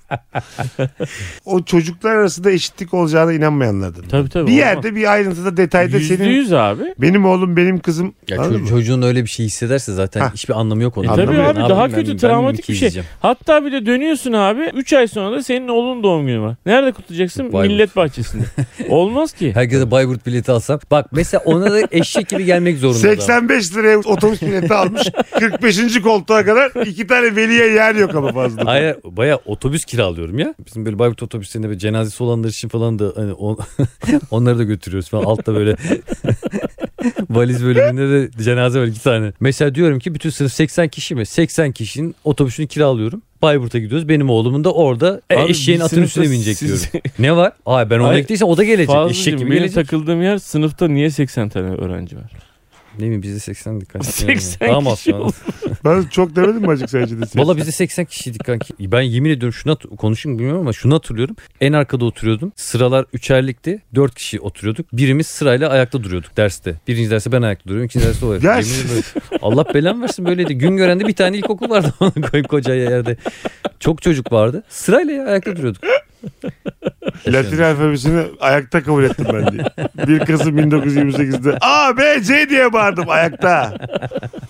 Speaker 1: o çocuklar arasında eşitlik olacağına inanmayanlardan.
Speaker 3: Tabii tabii.
Speaker 1: Bir yerde bir ayrıntıda detayda senin
Speaker 3: %100 abi.
Speaker 1: benim oğlum benim kızım
Speaker 2: Ya
Speaker 1: anladın
Speaker 2: ço-
Speaker 1: mı?
Speaker 2: çocuğun öyle bir şey hissederse zaten
Speaker 1: Ha.
Speaker 2: hiçbir anlamı yok onun.
Speaker 3: E
Speaker 1: tabii
Speaker 2: Anlamı yok.
Speaker 3: abi,
Speaker 2: Ne
Speaker 3: daha
Speaker 2: yapayım
Speaker 3: kötü,
Speaker 2: ben- ben
Speaker 3: travmatik
Speaker 2: Mickey
Speaker 3: bir şey.
Speaker 2: izleyeceğim.
Speaker 3: Hatta bir de dönüyorsun abi 3 ay sonra da senin oğlunun doğum günü var. Nerede kutlayacaksın?
Speaker 2: Vay be.
Speaker 3: Millet bahçesinde. Olmaz ki.
Speaker 2: Herkese Bayburt bileti alsam. Bak mesela ona da eşek gibi gelmek zorunda. adam.
Speaker 1: 85 liraya otobüs bileti almış. 45. koltuğa kadar iki tane veliye yer yok ama fazla.
Speaker 2: Hayır baya otobüs kiralıyorum ya. Bizim böyle Bayburt otobüslerinde böyle cenazesi olanlar için falan da hani on- onları da götürüyoruz falan. Altta böyle valiz bölümünde de cenaze var iki tane. Mesela diyorum ki bütün sınıf 80 kişi mi? 80 kişinin otobüsünü kiralıyorum. Bayburt'a gidiyoruz. Benim oğlumun da orada e,
Speaker 3: Abi
Speaker 2: eşeğin
Speaker 3: bir
Speaker 2: atın üstüne
Speaker 3: sınıfta
Speaker 2: binecek
Speaker 3: siz-
Speaker 2: diyorum. Ne var? Ay ben ona
Speaker 3: Ay,
Speaker 2: gittiysem o da gelecek. Eşek
Speaker 3: Fazlıcığım
Speaker 2: gibi
Speaker 3: benim
Speaker 2: gelecek.
Speaker 3: takıldığım yer sınıfta niye 80 tane öğrenci var?
Speaker 2: Ne bileyim bizde 80 dikkat.
Speaker 3: 80 kişi oldu.
Speaker 1: Ben çok demedim mi acık sence de?
Speaker 2: Valla bizde 80 kişiydik kanki. Ben yemin ediyorum şunu hat- konuşayım bilmiyorum ama şunu hatırlıyorum. En arkada oturuyordum. Sıralar üçerlikti. Dört kişi oturuyorduk. Birimiz sırayla ayakta duruyorduk derste. Birinci derste ben ayakta duruyorum. İkinci derste o ayakta.
Speaker 1: Ya
Speaker 2: Yemin
Speaker 1: siz-
Speaker 2: ediyorum böyle- Allah belamı versin böyleydi. Gün görende bir tane ilkokul vardı onun koy- koca yerde. Çok çocuk vardı. Sırayla ya ayakta duruyorduk.
Speaker 1: Latin alfabesini ayakta kabul ettim ben diye. 1 Kasım 1928'de A, B, C diye bağırdım ayakta.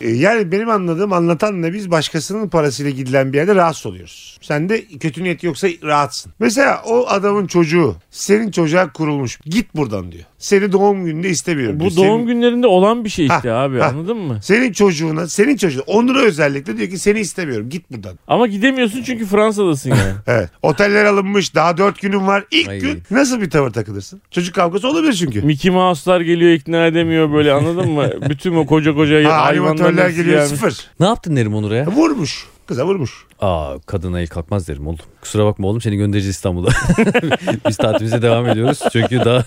Speaker 1: Ee, Yani benim anladığım anlatanla biz başkasının parasıyla gidilen bir yerde rahatsız oluyoruz. Sen de kötü niyeti yoksa rahatsın. Mesela o adamın çocuğu senin çocuğa kurulmuş. Git buradan diyor. Seni doğum gününde istemiyorum.
Speaker 3: Bu
Speaker 1: diyor.
Speaker 3: doğum
Speaker 1: senin,
Speaker 3: günlerinde olan bir şey işte abi
Speaker 1: ha.
Speaker 3: anladın mı?
Speaker 1: senin çocuğuna, senin çocuğuna onlara özellikle diyor ki seni istemiyorum. Git buradan.
Speaker 3: Ama gidemiyorsun çünkü Fransa'dasın yani.
Speaker 1: Evet. Oteller alınmış. Daha dört günün var. İlk
Speaker 2: Ay.
Speaker 1: gün nasıl bir tavır takılırsın? Çocuk kavgası olabilir çünkü.
Speaker 3: Mickey Mouse'lar geliyor ikna edemiyor böyle anladın mı? Bütün o koca koca
Speaker 1: Ha, animatörler
Speaker 3: hayvanlar
Speaker 1: geliyor
Speaker 3: geliyor.
Speaker 1: sıfır.
Speaker 2: Ne yaptın derim Onur'a ya?
Speaker 1: Vurmuş. Kıza vurmuş.
Speaker 2: Aa kadına el kalkmaz derim oğlum. Kusura bakma oğlum seni göndereceğiz İstanbul'a. Biz tatilimize devam ediyoruz. Çünkü daha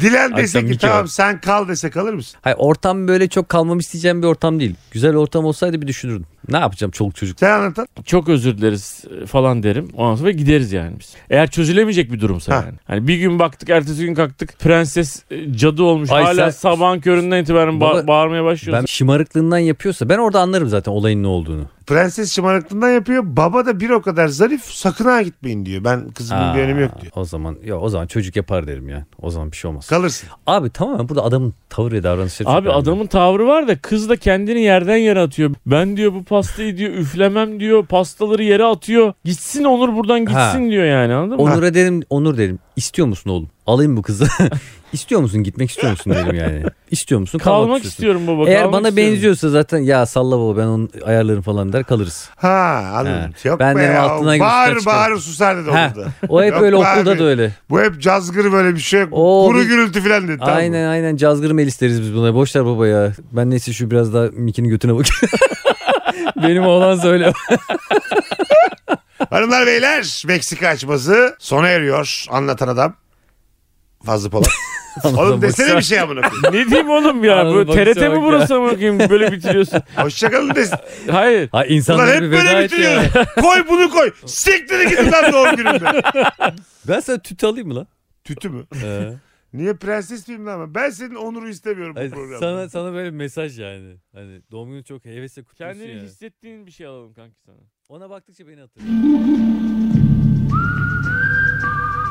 Speaker 1: Dilen dese
Speaker 2: Akşam
Speaker 1: ki
Speaker 2: iki
Speaker 1: tamam
Speaker 2: var.
Speaker 1: sen kal dese kalır mısın?
Speaker 2: Hayır ortam böyle çok kalmamı isteyeceğim bir ortam değil. Güzel ortam olsaydı bir düşünürdüm. Ne yapacağım çoluk çocuk?
Speaker 1: Sen anlatan.
Speaker 3: Çok özür dileriz e, falan derim. Ondan sonra gideriz yani biz. Eğer çözülemeyecek bir durumsa
Speaker 1: Ha.
Speaker 3: yani. Hani bir gün baktık ertesi gün kalktık. Prenses e, cadı olmuş.
Speaker 2: Ay
Speaker 3: Hala
Speaker 2: sen-
Speaker 3: sabahın köründen itibaren ba-
Speaker 2: Baba-
Speaker 3: bağırmaya
Speaker 2: Ben
Speaker 3: başlıyorsun.
Speaker 2: şımarıklığından yapıyorsa ben orada anlarım zaten olayın ne olduğunu.
Speaker 1: Prenses şımarıklığından yapıyor. Baba da bir o kadar zarif. Sakın ha gitmeyin diyor. Ben kızımın bir önemi yok diyor.
Speaker 2: O zaman ya o zaman çocuk yapar derim yani. O zaman bir şey olmaz.
Speaker 1: Kalırsın.
Speaker 2: Abi tamamen burada adamın tavır ve davranışları çok
Speaker 3: Abi
Speaker 2: önemli.
Speaker 3: adamın tavrı var da kız da kendini yerden yere atıyor. Ben diyor bu pastayı diyor üflemem diyor. Pastaları yere atıyor. Gitsin Onur buradan gitsin
Speaker 2: Ha.
Speaker 3: diyor yani anladın mı?
Speaker 2: Onur'a derim Onur derim istiyor musun oğlum? Alayım bu kızı. istiyor musun gitmek istiyor musun derim yani. İstiyor musun?
Speaker 3: Kalmak,
Speaker 2: istiyorsun.
Speaker 3: istiyorum baba.
Speaker 2: Eğer
Speaker 3: kalmak
Speaker 2: bana
Speaker 3: istiyorum.
Speaker 2: benziyorsa zaten ya salla baba ben onun ayarlarım falan der kalırız.
Speaker 1: Ha anladım.
Speaker 2: He.
Speaker 1: Yok
Speaker 2: Ben
Speaker 1: be
Speaker 2: de
Speaker 1: ya.
Speaker 2: altından gidip
Speaker 1: Bağır
Speaker 2: çıkar
Speaker 1: bağır
Speaker 2: çıkarım.
Speaker 1: susar dedi
Speaker 2: He.
Speaker 1: orada.
Speaker 2: O hep
Speaker 1: Yok
Speaker 2: öyle
Speaker 1: be
Speaker 2: okulda
Speaker 1: abi.
Speaker 2: da öyle.
Speaker 1: Bu hep cazgır böyle bir şey yok.
Speaker 2: Oo,
Speaker 1: Kuru
Speaker 2: biz-
Speaker 1: gürültü falan dedi. Tamam
Speaker 2: Aynen
Speaker 1: mı?
Speaker 2: aynen cazgır mı isteriz biz buna. Boşlar baba ya. Ben neyse şu biraz daha Mickey'nin götüne bak. Benim oğlan öyle.
Speaker 1: Hanımlar beyler Meksika açması sona eriyor. Anlatan adam. Fazla Polat. Oğlum desene bir şey amına koyayım.
Speaker 3: Ne diyeyim oğlum ya?
Speaker 2: Anladım,
Speaker 3: Böyle
Speaker 2: bakışa
Speaker 3: TRT mi
Speaker 2: bak
Speaker 3: burası ama böyle bitiriyorsun.
Speaker 1: Hoşçakalın desin.
Speaker 3: Hayır.
Speaker 2: Ha
Speaker 1: Ulan
Speaker 2: insanlar
Speaker 1: hep
Speaker 2: bir veda
Speaker 1: böyle
Speaker 2: et ya.
Speaker 1: bitiriyorsun. koy bunu koy. Siktir gidin lan doğum günümde.
Speaker 2: Ben sana tüt alayım mı lan?
Speaker 1: Tütü mü?
Speaker 2: Ee,
Speaker 1: Niye prenses miyim lan ben? Ben senin onuru istemiyorum bu
Speaker 2: hani
Speaker 1: programda.
Speaker 2: sana sana böyle bir mesaj yani. Hani doğum günü çok hevesle kutluyorsun
Speaker 3: Kendini
Speaker 2: ya.
Speaker 3: hissettiğin bir şey alalım kanki sana.
Speaker 2: Ona baktıkça beni hatırla.